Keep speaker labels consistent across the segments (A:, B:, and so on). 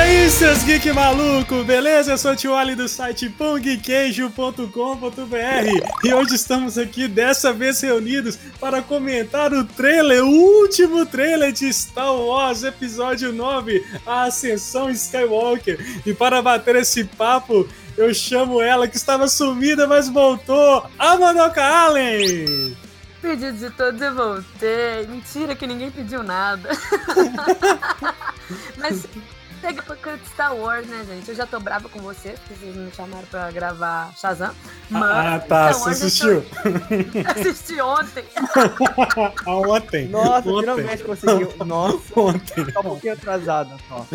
A: aí, seus geek maluco, beleza? Eu sou o Tioli do site pongqueijo.com.br e hoje estamos aqui, dessa vez reunidos, para comentar o trailer, o último trailer de Star Wars Episódio 9, A Ascensão Skywalker. E para bater esse papo, eu chamo ela que estava sumida, mas voltou, a Manoka Allen!
B: Pedi de todos e voltei. Mentira que ninguém pediu nada. Mas chega pra canto Star Wars, né, gente? Eu já tô brava com você, porque vocês me chamaram pra gravar Shazam. Mas
A: Ah, tá,
B: Star
A: você
B: Wars
A: assistiu.
B: eu tô- assisti ontem.
A: Ah, Ontem.
C: Nossa,
A: Ontem.
C: finalmente conseguiu. Nossa,
A: Ontem.
C: tá um pouquinho atrasada só.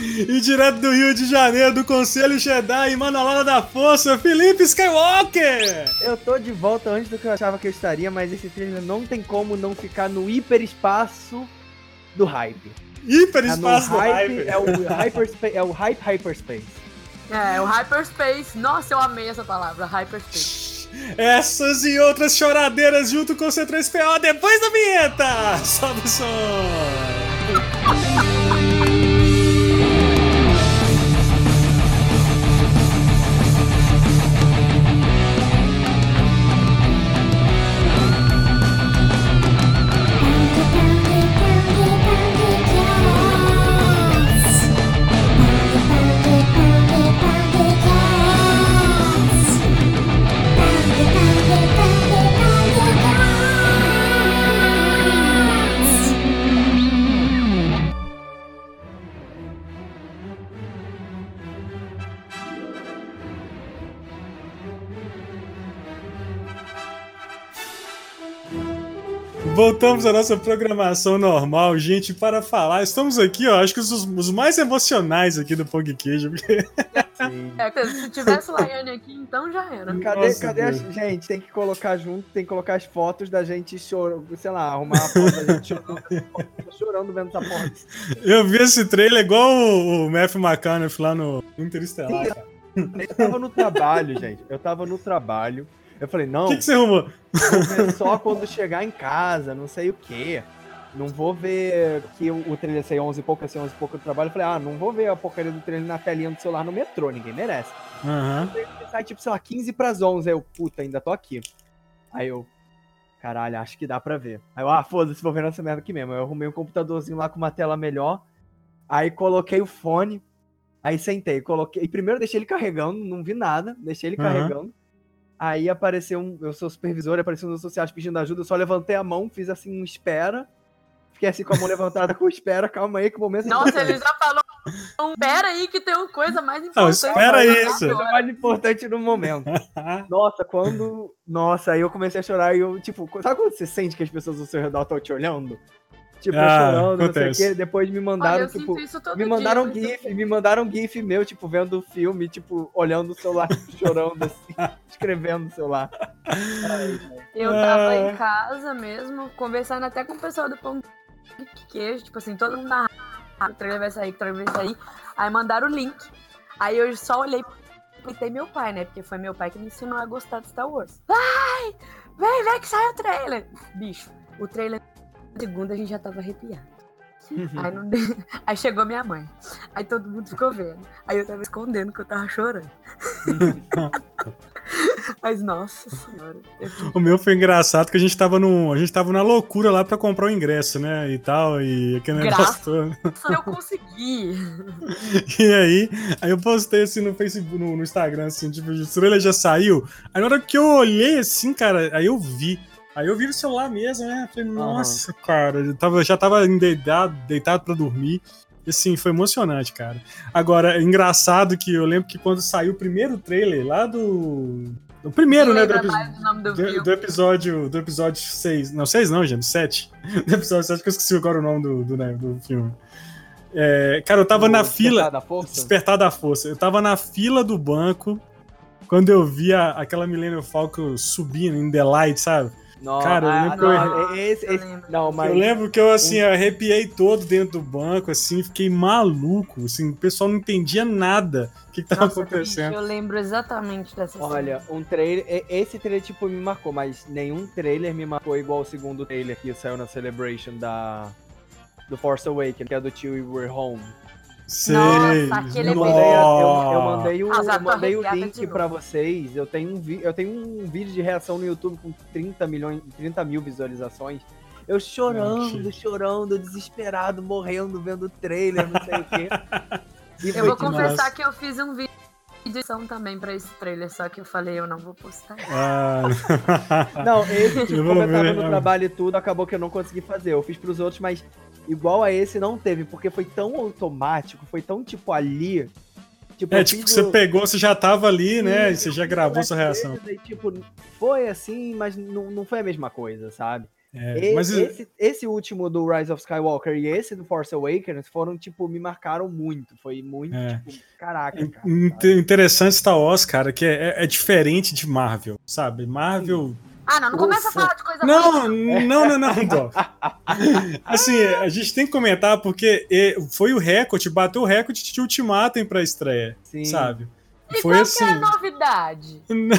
A: E direto do Rio de Janeiro, do Conselho Jedi e Manolada da Força, Felipe Skywalker!
C: Eu tô de volta antes do que eu achava que eu estaria, mas esse trailer não tem como não ficar no hiperespaço do hype.
A: Hiper
C: Tá no
A: espaço do
C: hype,
A: hype.
C: É o, hyperspace, é o hype hyperspace.
B: É, o Hyperspace. Nossa, eu amei essa palavra, Hyperspace.
A: Essas e outras choradeiras junto com o C3PO depois da vinheta! Sobe o som! Voltamos à nossa programação normal, gente, para falar. Estamos aqui, ó, acho que os, os mais emocionais aqui do Pong Queijo. porque-
B: É, se tivesse Laiane aqui, então já era.
C: Cadê,
A: Nossa,
C: cadê as...
A: Deus.
C: Gente, tem que colocar junto, tem que colocar as fotos da gente chorando, sei lá, arrumar a foto da gente chorando, tô chorando vendo essa porra.
A: Eu vi esse trailer igual o, o Matthew McConaughey lá no Interestelar.
C: Então.
A: cara.
C: Eu tava no trabalho, gente. Eu tava no trabalho. Eu falei, não,
A: O que, que você arrumou?
C: vou ver só quando chegar em casa, não sei o quê. Não vou ver que o o trailer saiu 11 e pouco, saiu 11 e pouco do trabalho. Eu falei, ah, não vou ver a porcaria do trailer na telinha do celular no metrô, ninguém merece.
A: Aham.
C: Aí sai, tipo, sei lá, 15 pras 11, aí eu, puta, ainda tô aqui. Aí eu, caralho, acho que dá pra ver. Aí eu, ah, foda-se, vou ver essa merda aqui mesmo. Aí Eu arrumei um computadorzinho lá com uma tela melhor, aí coloquei o fone, aí sentei, coloquei... Primeiro deixei ele carregando, não vi nada, deixei ele
A: Aham.
C: carregando. Aí apareceu um, eu sou supervisor, apareceu um dos sociais pedindo ajuda, eu só levantei a mão, fiz assim um espera, fiquei assim com a mão levantada com espera, calma aí que o momento... é
B: Nossa, ele já falou. Então, pera aí que tem uma coisa mais
A: Não,
B: importante.
A: espera isso.
C: é o mais importante no momento.
A: Ah,
C: Nossa, quando. Nossa, aí eu comecei a chorar e eu, tipo, sabe quando você sente que as pessoas ao seu redor estão te olhando? Tipo, eu
A: Ah,
C: chorando, não
A: acontece.
C: sei o quê. Depois me
B: Olha,
C: mandaram,
B: eu
C: tipo.
B: sinto isso todo
C: Me mandaram
B: dia. então. assim.
C: GIF, me mandaram GIF meu, tipo, vendo o filme, tipo, olhando o celular, tipo, chorando, assim, escrevendo o celular.
B: Eu tava em casa mesmo, conversando até com o pessoal do Pão de Queijo, tipo assim, todo mundo na rádio, o trailer vai sair, o trailer vai sair. Aí mandaram o link. Aí eu só olhei e tem meu pai, né? Porque foi meu pai que me ensinou a gostar de Star Wars. Vai! Vem, vem que sai o trailer! Bicho, o trailer na segunda a gente já tava arrepiado. Aí, não deu- Aí chegou minha mãe. Aí todo mundo ficou vendo. Aí eu tava escondendo que eu tava chorando. Mas nossa senhora, eu fiquei
A: O meu foi engraçado que a gente tava num. A gente tava na loucura lá pra comprar o ingresso, né? E tal, e aquele negócio
B: Graças.
A: todo.
B: Se eu conseguir.
A: E aí, aí eu postei assim no Facebook, no, no Instagram, assim, tipo, o trailer já saiu. Aí na hora que eu olhei assim, cara, aí eu vi. Aí eu vi no celular mesmo, né? Falei, nossa, cara, eu tava, já tava deitado, deitado pra dormir. E assim, foi emocionante, cara. Agora, é engraçado que eu lembro que quando saiu o primeiro trailer lá do. O primeiro,
B: não
A: né? Do
B: lembra
A: episódio.
B: mais o nome do
A: Do,
B: filme.
A: do episódio do episódio 6. Não, 6 não, gente, 7. Do episódio 7, que eu esqueci agora o nome do, do, né, do filme. É, cara, eu tava na fila.
C: Da força?
A: Despertar da força. Eu tava na fila do banco quando eu vi a- aquela Millennium Falcon subindo em The Light, sabe?
C: Não,
A: Cara, eu lembro
C: não,
B: que eu-
C: é- esse- esse- não, mas. um
A: Eu lembro que eu, assim, eu arrepiei todo dentro do banco, assim, fiquei maluco, assim, o pessoal não entendia nada o que, que tava
B: Nossa, bicho,
A: acontecendo.
B: eu lembro exatamente dessa cena.
C: Olha, um trailer. e- Esse trailer, tipo, me marcou, mas nenhum trailer me marcou igual o segundo trailer que saiu na Celebration da. Do Force Awakens, que é do Till We Were Home.
A: Sei.
B: Nossa, aquele Ele
C: Eu
B: é
C: mandei,
B: bem-
C: a- eu, eu mandei o,
B: Ah, já
C: eu
B: tô
C: mandei o
B: arrepiada de
C: link
B: novo.
C: pra vocês. Eu tenho, um vi- eu tenho um vídeo de reação no YouTube com 30, milhões, 30 mil visualizações. Eu chorando,
A: Mentira.
C: chorando, desesperado, morrendo, vendo o trailer, não sei o quê. E
B: Eu vou
A: que
B: confessar
A: massa.
B: que eu fiz um vídeo de edição também pra esse trailer, só que eu falei, eu não vou postar.
A: Ah,
C: Não, esse
A: Eu
C: tipo,
A: vou
C: como eu tava
A: ver,
C: no
A: eu-
C: trabalho e tudo, acabou que eu não consegui fazer. Eu fiz pros outros, mas igual a esse não teve, porque foi tão automático, foi tão tipo ali. Tipo,
A: é
C: eu
A: tipo,
C: fiz
A: você
C: o-
A: pegou, você já tava ali, né?
C: Sim,
A: E você já
C: eu
A: gravou
C: fiz
A: sua
C: o
A: reação.
C: Mercedes, e, tipo, foi assim, mas não, não foi a mesma coisa, sabe?
A: É,
C: E-
A: mas
C: esse, esse último do Rise of Skywalker e esse do Force Awakens foram, tipo, me marcaram muito. Foi muito,
A: É.
C: tipo, caraca, cara.
A: Inte-
C: sabe?
A: Interessante Star Wars, cara, que é, é diferente de Marvel, sabe? Marvel.
B: Ah, não, não começa a
A: Ufa.
B: falar de coisa
A: Não, não, não, não, Doc. Assim, a gente tem que comentar porque eh, foi o recorde, bateu o recorde de Ultimatum pra estreia,
C: Sim.
A: sabe?
B: E
A: Foi
B: qual
A: assim.
B: que é a novidade?
A: Não.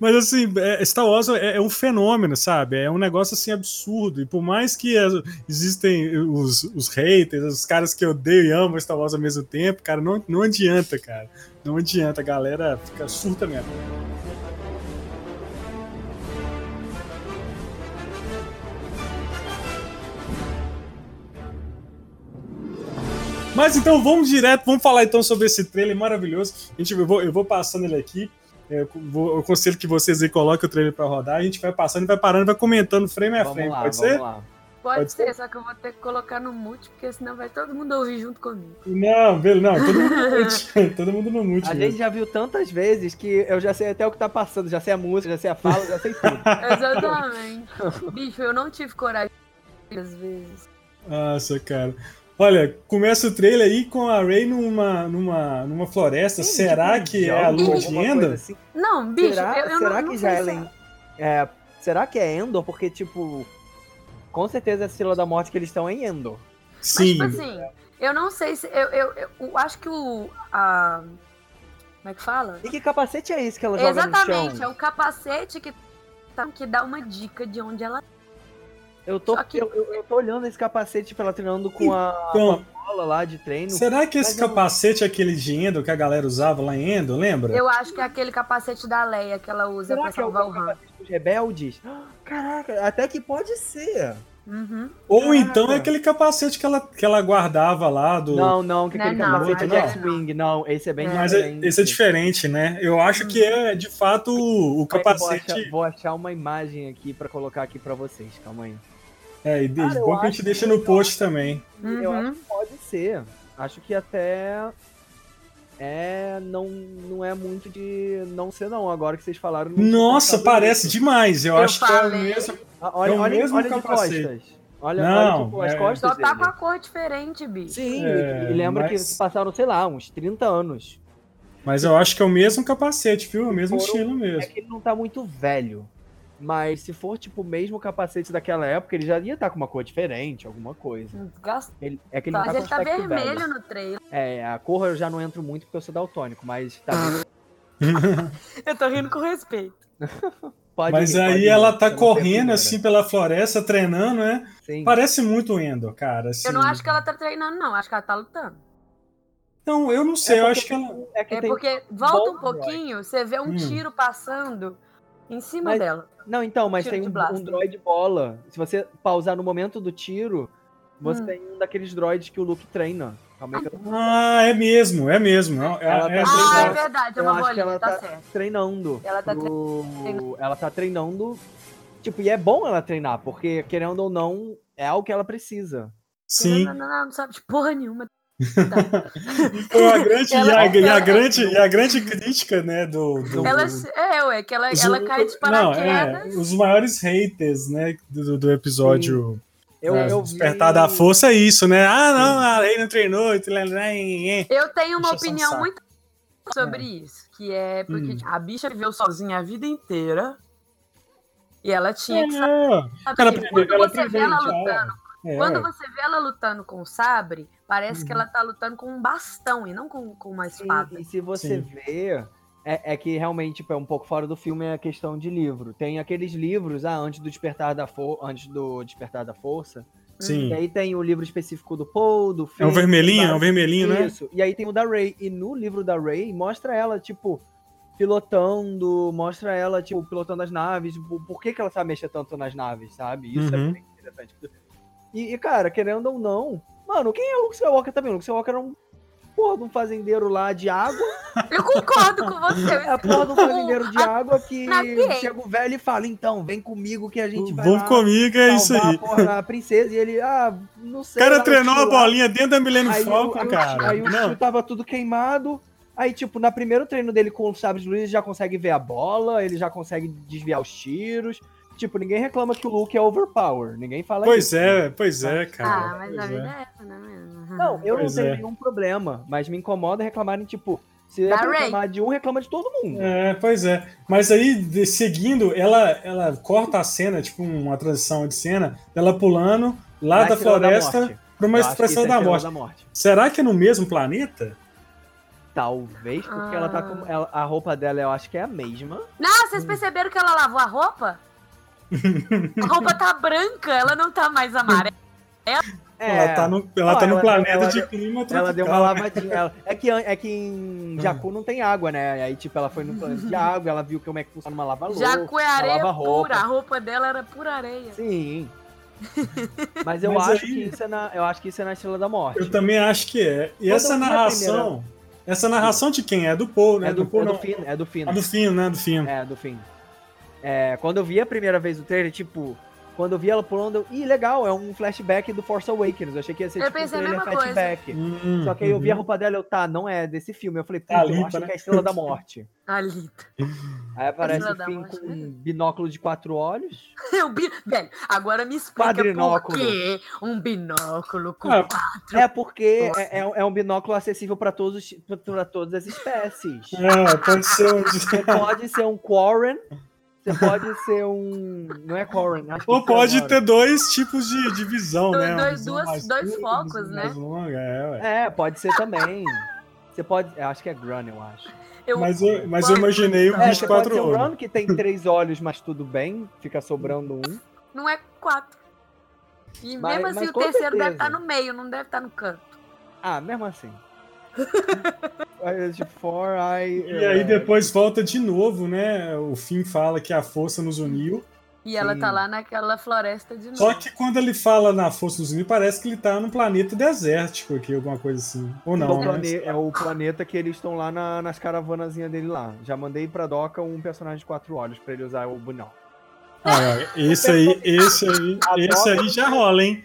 A: Mas assim, é- Star Wars é, é um fenômeno, sabe? É um negócio assim absurdo. E por mais que as- existem os, os haters, os caras que odeiam e amam Star Wars ao mesmo tempo, cara, não, não adianta, cara. Não adianta, a galera fica surta mesmo. Mas então vamos direto, vamos falar então sobre esse trailer maravilhoso. A gente, eu, vou, eu vou passando ele aqui. é, Eu, vou- eu aconselho que vocês aí coloquem o trailer pra rodar. A gente vai passando, vai parando, vai comentando frame a frame.
C: Vamos lá,
A: É, Pode
C: vamos
A: ser?
C: lá.
B: Pode,
A: Pode
B: ser, só que eu vou ter que colocar no mute, porque senão vai todo mundo ouvir junto comigo.
A: Não, beleza, não. Todo mundo no mute. todo mundo no mute
C: A
A: mesmo.
C: gente já viu tantas vezes que eu já sei até o que tá passando, já sei a música, já sei a fala, já sei tudo.
B: Exatamente. Bicho, eu não tive coragem às vezes.
A: Nossa, cara. Olha, começa o trailer aí com a Ray numa, numa, numa floresta.
C: Sim,
A: Será
C: tipo,
A: que é a
C: diálogo,
A: lua
C: alguma
A: de
C: coisa
A: Endor?
C: assim.
B: Não, bicho,
C: será
B: eu, eu
C: será
B: não,
C: que
B: não
C: já
B: sei
C: ela
B: se-
C: en- é, será que é Endor? Porque, tipo, com certeza é a Estrela da Morte que eles estão é em Endor.
B: Mas,
A: Sim.
B: tipo assim, eu não sei se. Eu, eu, eu, eu acho que o. a- como é que fala?
C: E que capacete é esse que ela joga no
B: Exatamente, é
C: chão?
B: o capacete que, tá- que dá uma dica de onde ela.
C: Eu tô,
B: Só que-
C: eu, eu- eu tô olhando esse capacete pra ela treinando com a
A: Então,
C: bola lá de treino.
A: será que esse
C: Mas eu-
A: capacete é aquele de Endor que a galera usava lá em Endor, lembra?
B: Eu acho que é aquele capacete da Leia que ela usa
C: Será
B: pra
C: que é o
B: salvar o Han.
C: capacete dos rebeldes? Ah, Caraca, até que pode ser.
B: Uhum.
A: Ou então é
C: Caraca.
A: aquele capacete que ela, que ela guardava lá do.
C: Não, não, que
B: Não,
C: aquele
B: não,
C: capacete é
A: não,
C: de X-Wing. Não, esse é bem
A: Mas é- esse é diferente, né? Eu acho que é de fato o, o
C: Calma aí é que eu vou
A: capacete.
C: achar- Vou achar uma imagem aqui pra colocar aqui pra vocês, calma aí.
A: É, e de-
C: Cara, eu
A: bom que a
C: acho
A: gente deixa
C: que-
A: no post também.
C: Eu
B: Uhum.
C: acho que pode ser. Acho que até é não não é muito de não ser não agora que vocês falaram. não tinha
A: Nossa,
C: pensado
A: parei parece
C: nisso.
A: demais. Eu,
B: Eu
A: acho que é o
B: falei.
A: mesmo.
C: Ah,
A: é
C: Olha,
A: o
C: olha,
A: mesmo
C: olha de
A: capacete.
C: costas. Olha,
A: Não,
C: olha tipo, as
A: é-
C: costas
B: Só tá
C: dele.
B: com a cor diferente, bicho.
C: Sim,
A: É,
C: e lembra
A: mas-
C: que passaram, sei lá, uns 30 anos.
A: Mas eu acho que é o mesmo capacete, viu? É o mesmo
C: Foram-
A: estilo
C: É
A: mesmo.
C: que ele não tá muito velho. Mas se for, tipo, o mesmo capacete daquela época, ele já ia estar com uma cor diferente, alguma coisa.
B: Desgastado.
C: Ele, é que ele não
B: Mas
C: tá com
B: ele tá
C: aspecto velho.
B: vermelho no trailer.
C: É, a cor eu já não entro muito porque eu sou daltônico, mas tá
A: Ah,
C: bem.
B: Eu tô rindo com respeito.
C: Pode
A: Mas
C: ir, pode
A: aí
C: ir,
A: ela
C: você
A: tá
C: não
A: correndo
C: tem a
A: assim pela floresta, treinando, né?
C: primeira. Sim.
A: Parece muito o Endor, cara. assim.
B: Eu não acho que ela tá treinando, não. Acho que ela tá lutando.
A: Não, Então, eu não sei,
C: É
A: eu
C: porque
A: acho que ela.
C: É que
B: É
C: tem-
B: porque volta um
C: bom droid.
B: pouquinho, você vê um
A: Hum.
B: tiro passando em cima
C: Mas-
B: dela.
C: Não, então, mas
B: Tiro
C: tem
B: de
C: um,
B: blaster.
C: um droid bola. Se você pausar no momento do tiro, você
B: Hum.
C: tem um daqueles droids que o Luke treina. Calma aí que eu tô
A: Ah, é mesmo, é mesmo. É, é,
C: Ela tá
A: é-
B: Ah, é
C: eu
B: verdade, é
C: eu
B: uma
C: acho que ela
B: bolinha, tá
C: tá-
B: certo.
C: treinando.
B: Ela tá
C: pro- Ela tá treinando. Tipo, e é bom ela treinar, porque querendo ou não, é algo que ela precisa.
A: Sim.
B: Não, não, não, não sabe de porra nenhuma.
A: Foi uma grande, e, a,
B: Ela-
A: e a
B: ela-
A: grande, e a grande crítica, né? Do, do-
B: Ela, é, ué, que ela,
A: os-
B: ela cai de paraquedas.
A: Não, é, os maiores haters, né? Do, do episódio.
C: Eu,
A: é,
C: eu vi- um
A: despertar da força é isso, né? Ah, não, a Rei não treinou. e tal, né?
B: Eu tenho uma
A: Encheção de
B: opinião
A: saco.
B: muito sobre isso, que é porque
A: Hum.
B: a bicha viveu sozinha a vida inteira e ela tinha que saber.
A: É. Cara,
B: que
A: primeiro,
B: quando
A: ela
B: você vê
A: primeiro
B: ela
A: já era.
B: lutando,
A: É,
B: quando você vê ela lutando com o sabre, parece que
A: Uhum.
B: ela tá lutando com um bastão e não com, com uma
C: Sim,
B: espada.
C: e se você
A: Sim.
C: ver, é, é que realmente tipo, é um pouco fora do filme é a questão de livro. Tem aqueles livros, ah, antes do despertar da for antes do despertar da força,
A: Sim.
C: E aí tem o livro específico do Paul, do
A: É o
C: Finn,
A: vermelhinho, é
C: da-
A: o vermelhinho, né?
C: Isso. E aí tem o da Ray. E no livro da Ray mostra ela, tipo, pilotando, mostra ela, tipo, pilotando as naves, tipo, por que, que ela sabe mexer tanto nas naves, sabe? Isso é
A: Uhum.
C: bem interessante. E, e, cara, querendo ou não, mano, quem é o Luke Skywalker também? O Luke Skywalker era um porra de um fazendeiro lá de água.
B: Eu concordo com você.
C: É a porra de um fazendeiro de água que
B: Na ciência.
C: chega o velho e fala, então, vem comigo que a gente vai
A: Vamos
C: lá
A: comigo, é isso
C: salvar
A: aí.
C: a, porra, a princesa. E ele, ah, não
A: O
C: sei.
A: cara
C: lá,
A: treinou a
C: eu fui lá.
A: bolinha dentro da Millennium
C: Aí o-
A: Falcon,
C: aí o-
A: cara.
C: Aí o
A: Não.
C: tio tava tudo queimado. Aí, tipo, no primeiro treino dele com o Sabre de Luz, ele já consegue ver a bola, ele já consegue desviar os tiros. Tipo, ninguém reclama que o Luke é overpower. Ninguém fala
A: Pois
C: isso.
A: é, pois é, cara.
B: Ah, mas
A: pois
B: a
A: é.
B: vida é essa, né, mesmo?
C: Não, eu
A: Pois
C: não tenho
A: é.
C: nenhum problema, mas me incomoda reclamarem, tipo, se é
B: Da
C: pra
B: Rey.
C: reclamar de um, reclama de todo mundo.
A: É, pois é. Mas aí, de- seguindo, ela, ela corta a cena, tipo uma transição de cena, ela pulando lá
C: Na
A: da
C: Estrela
A: floresta
C: é Morte.
A: para uma
C: Eu acho que isso
A: expressão
C: é
A: da
C: Estrela
A: morte. Será que é no mesmo planeta?
C: Talvez, porque ela
B: Ah.
C: tá com. ela- a roupa dela, eu acho que é a mesma.
B: Não, vocês perceberam que ela lavou a roupa? A roupa tá branca, ela não tá mais amarela.
A: Ela tá no, ela
C: Ó,
A: tá no
C: É. ela-
A: planeta
C: ela-
A: de Hum. clima tropical.
C: Ela deu uma lavadinha. Ela- É, que, an- é que em Jacu não tem água, né? Aí, tipo, ela foi no planeta de água, ela viu como é que funciona uma lava-louça.
B: Jacu é
C: uma
B: areia
C: lava-roupa.
B: pura, a roupa dela era pura areia.
C: Sim. Mas eu
A: Mas
C: acho
A: aí-
C: que isso é na, eu acho que isso é na Estrela da Morte.
A: Eu também acho que é. E
C: Quando
A: essa
C: eu vi a
A: narração, essa narração de quem? É do Paul, né?
C: né? É do,
A: Paul,
C: é do
A: não.
C: fim, é do fim.
A: Ah, do Finn, né? Do Finn.
C: É, do fim. É, quando eu vi a primeira vez o trailer, tipo, quando eu vi ela pulando, eu, ih, legal, é um flashback do Force Awakens. Eu achei que ia ser
B: Eu
C: tipo, um
B: pensei a
C: trailer
B: mesma coisa.
C: flashback.
A: Hum,
C: Só que aí eu vi a
A: uhum.
C: roupa dela, eu, tá, não é desse filme. Eu falei,
A: Tá
C: puta, eu
A: limpa,
C: acho
A: né?
C: que é a Estrela da Morte.
B: Ali.
C: Aí aparece
B: Estrela
C: o
B: da
C: Finn
B: Morte,
C: com
B: né?
C: um binóculo de quatro olhos.
B: Um bi- Velho, agora me explica por
C: Quadrinóculo.
B: que um binóculo com
A: Ah,
C: É porque é, é- é um binóculo acessível para todos para todas as espécies.
A: É, pode ser um.
C: Você pode ser um Quarren, você pode ser um. Não é Quarren, acho que
A: Ou
C: isso é
A: pode
C: agora.
A: ter dois tipos de, de visão,
B: Dois-
A: né? Uma
B: dois-
A: visão
B: duas-
A: mais
B: dois
A: curta,
B: focos,
A: visão
B: né?
A: mais longa, é, ué.
C: É, pode ser também. Você pode. Eu acho que é Grun, eu acho.
B: eu...
A: Mas eu, mas eu imaginei um o
C: É, você pode
A: 24
C: ser o
A: olhos.
C: Grun que tem três olhos, mas tudo bem, fica sobrando um.
B: Não é quatro. E
C: Mas-
B: mesmo
C: mas
B: assim, o
C: com
B: terceiro deve
C: certeza.
B: estar no meio, não deve estar no canto.
C: Ah, mesmo assim. Aí, eu, tipo, four, eye,
A: E aí depois volta de novo, né? O Finn fala que a força nos uniu.
B: E ela tá
C: Sim.
B: lá naquela floresta de novo.
A: Só que quando ele fala na força nos uniu, parece que ele tá num planeta desértico aqui, alguma coisa assim. Ou
C: É o
A: não,
C: plane-
A: né?
C: É o planeta que eles estão lá na- nas caravanazinhas dele lá. Já mandei pra Doca um personagem de quatro olhos pra ele usar o bunão.
A: Ah, esse aí, esse aí, esse aí já rola, hein?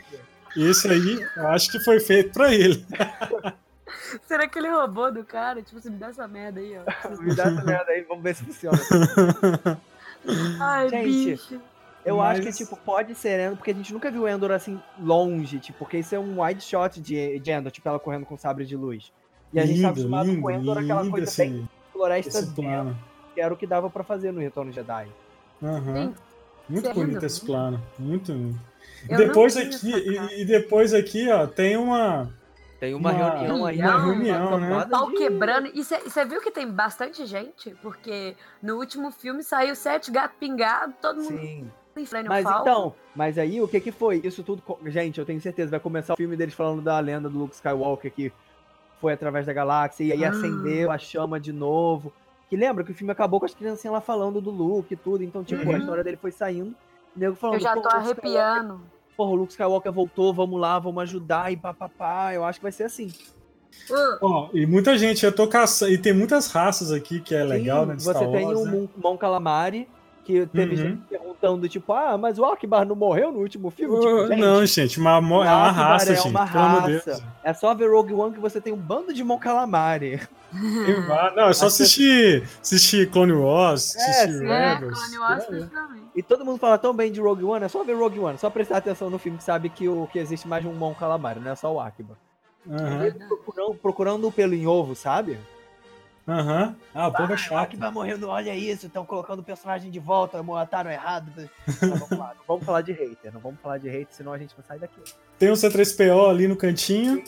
A: Esse aí, eu acho que foi feito pra ele.
B: Será que ele roubou do cara? Tipo, você me dá essa merda aí, ó.
C: Me dá essa merda aí, vamos ver se funciona.
B: Ai,
C: Gente.
B: bicho.
C: Eu
A: Mas-
C: acho que, tipo, pode ser Endor, porque a gente nunca viu Endor assim longe, tipo, porque isso é um wide shot de, de Endor, tipo, ela correndo com sabre de luz. E a gente tá acostumado com Endor, aquela coisa
A: esse-
C: bem floresta
A: assim, esse
C: dela,
A: plano.
C: que era o que dava pra fazer no Retorno Jedi.
A: Aham.
B: Gente,
A: Muito
C: é
B: sério?
A: bonito esse plano. Muito.
B: Eu
A: depois
B: não vi
A: aqui,
B: essa cara.
A: e, e depois aqui, ó, tem uma.
C: Tem
A: uma Uma- reunião
B: aí,
A: uma reunião, né?
C: Tá
B: Pau quebrando. E você viu que tem bastante gente? Porque no último filme saiu sete gatos pingados, todo mundo
C: Sim.
B: em frente
C: Mas
B: falco.
C: então, mas aí o que que foi? Isso tudo, co- gente, eu tenho certeza, vai começar o filme deles falando da lenda do Luke Skywalker que foi através da galáxia e aí
B: Ah.
C: acendeu a chama de novo. Que lembra que o filme acabou com as criancinhas lá falando do Luke e tudo, então tipo,
A: Uhum.
C: a história dele foi saindo. O nego falando,
B: Eu já
C: "Pô,
B: tô
C: o Luke Skywalker-
B: arrepiando.
C: Porra, o Luke Skywalker voltou, vamos lá, vamos ajudar e papapá. Eu acho que vai ser assim.
B: Uh,
A: Ó, e muita gente, eu tô caçando. E tem muitas raças aqui que é legal,
C: Sim,
A: né? de
C: Você
A: Star
C: tem um
A: Wars,
C: o
A: né?
C: Mon, Mon Calamari, que teve
A: Uhum.
C: gente perguntando, tipo, ah, mas o Akbar não morreu no último filme?
A: Ô,
B: Uhum.
C: Tipo, gente,
A: Não, gente, uma, mo- é uma
C: Lázaro
A: raça,
C: é
A: gente.
C: uma
A: pelo amor de
C: raça.
A: Deus.
C: É só ver Rogue One que você tem um bando de Mon Calamari.
A: Tem va- Não, é só
C: Acho que-
A: assistir, assistir Clone Wars,
C: É,
A: assistir
C: sim.
B: é,
A: Rebels.
B: Clone Wars fez pra mim.
C: E todo mundo fala tão bem de Rogue One, é só ver Rogue One. Só prestar atenção no filme que sabe que, o, que existe mais de um Mon Calamari, não é só o Akiba.
A: Aham,
C: Eu tô Procurando, procurando o pelo em ovo, sabe?
A: aham. Ah, o povo é chato.
C: Akiba morrendo, olha isso, estão colocando o personagem de volta, mataram errado. Não, vamos lá, não vamos falar de hater, não vamos falar de hater, senão a gente não sai daqui.
A: Tem um o C3PO ali no cantinho,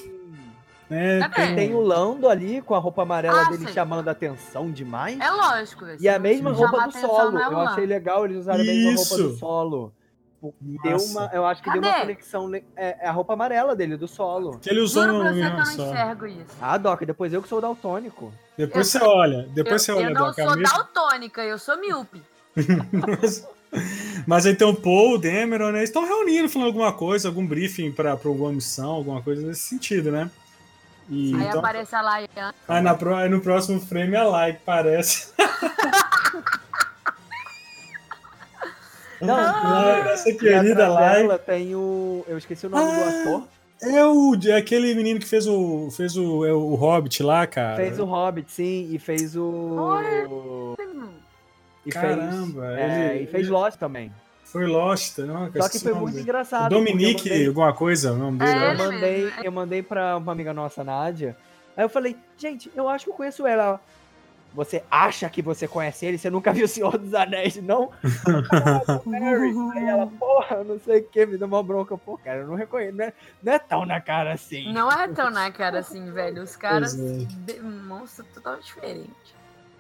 A: né?
B: Tá bem.
C: Tem o Lando ali com a roupa amarela
B: Ah,
C: dele
B: sim.
C: chamando a atenção demais.
B: É lógico.
C: E
B: esse
C: a
B: não
C: mesma
B: chama
C: roupa do
B: atenção,
C: solo.
B: não é o
C: Eu
B: Lando.
C: achei legal eles usarem a mesma roupa
A: Isso.
C: do solo. Tipo, deu uma, eu acho que deu uma
B: Cadê?
C: conexão. ne- É, é a roupa amarela dele, do solo.
A: um Que ele usou
B: Juro
A: no
B: pra você que eu
A: mesmo
B: não
A: só.
B: enxergo isso.
C: Ah, Doc, depois eu que sou daltônico.
A: Depois
B: Eu-
A: você olha. Depois
B: eu,
A: você
B: eu
A: olha,
B: não
A: Doc. a
B: sou
A: mesma-
B: daltônica, eu sou míope.
A: Mas, mas então Paul, Demeron, né, estão reunindo, falando alguma coisa, algum briefing para alguma missão, alguma coisa nesse sentido, né? E
B: Aí
A: então-
B: aparece a Laiane.
A: aí na pro- aí no próximo frame é lá que parece.
C: Não,
A: Ah, essa
C: E atrás
A: querida lá
C: dela tem o. Eu esqueci o nome do ator.
A: é o é aquele menino que fez o fez o, é o Hobbit lá, cara.
C: Fez o Hobbit, sim, e fez o. E
A: Caramba,
C: fez. é,
A: ele-
C: e fez Lost também.
A: Foi Lost, não?
C: Só que foi muito engraçado.
A: Dominique,
C: porque eu mandei-
A: alguma coisa, o nome dele.
B: É,
A: né?
C: Eu
B: ele mesmo,
C: mandei, eu mandei pra uma amiga nossa, Nádia. Aí eu falei, gente, eu acho que eu conheço ela. Ela, Você acha que você conhece ele? Você nunca viu o Senhor dos Anéis, não? Ah, o Merry. Aí ela, porra, não sei o que, me deu uma bronca. Pô, cara, eu não reconheço. Não é, não é tão na cara assim.
B: Não é tão na cara assim, velho. Os caras
C: é.
A: Pois
B: demonstram totalmente diferente.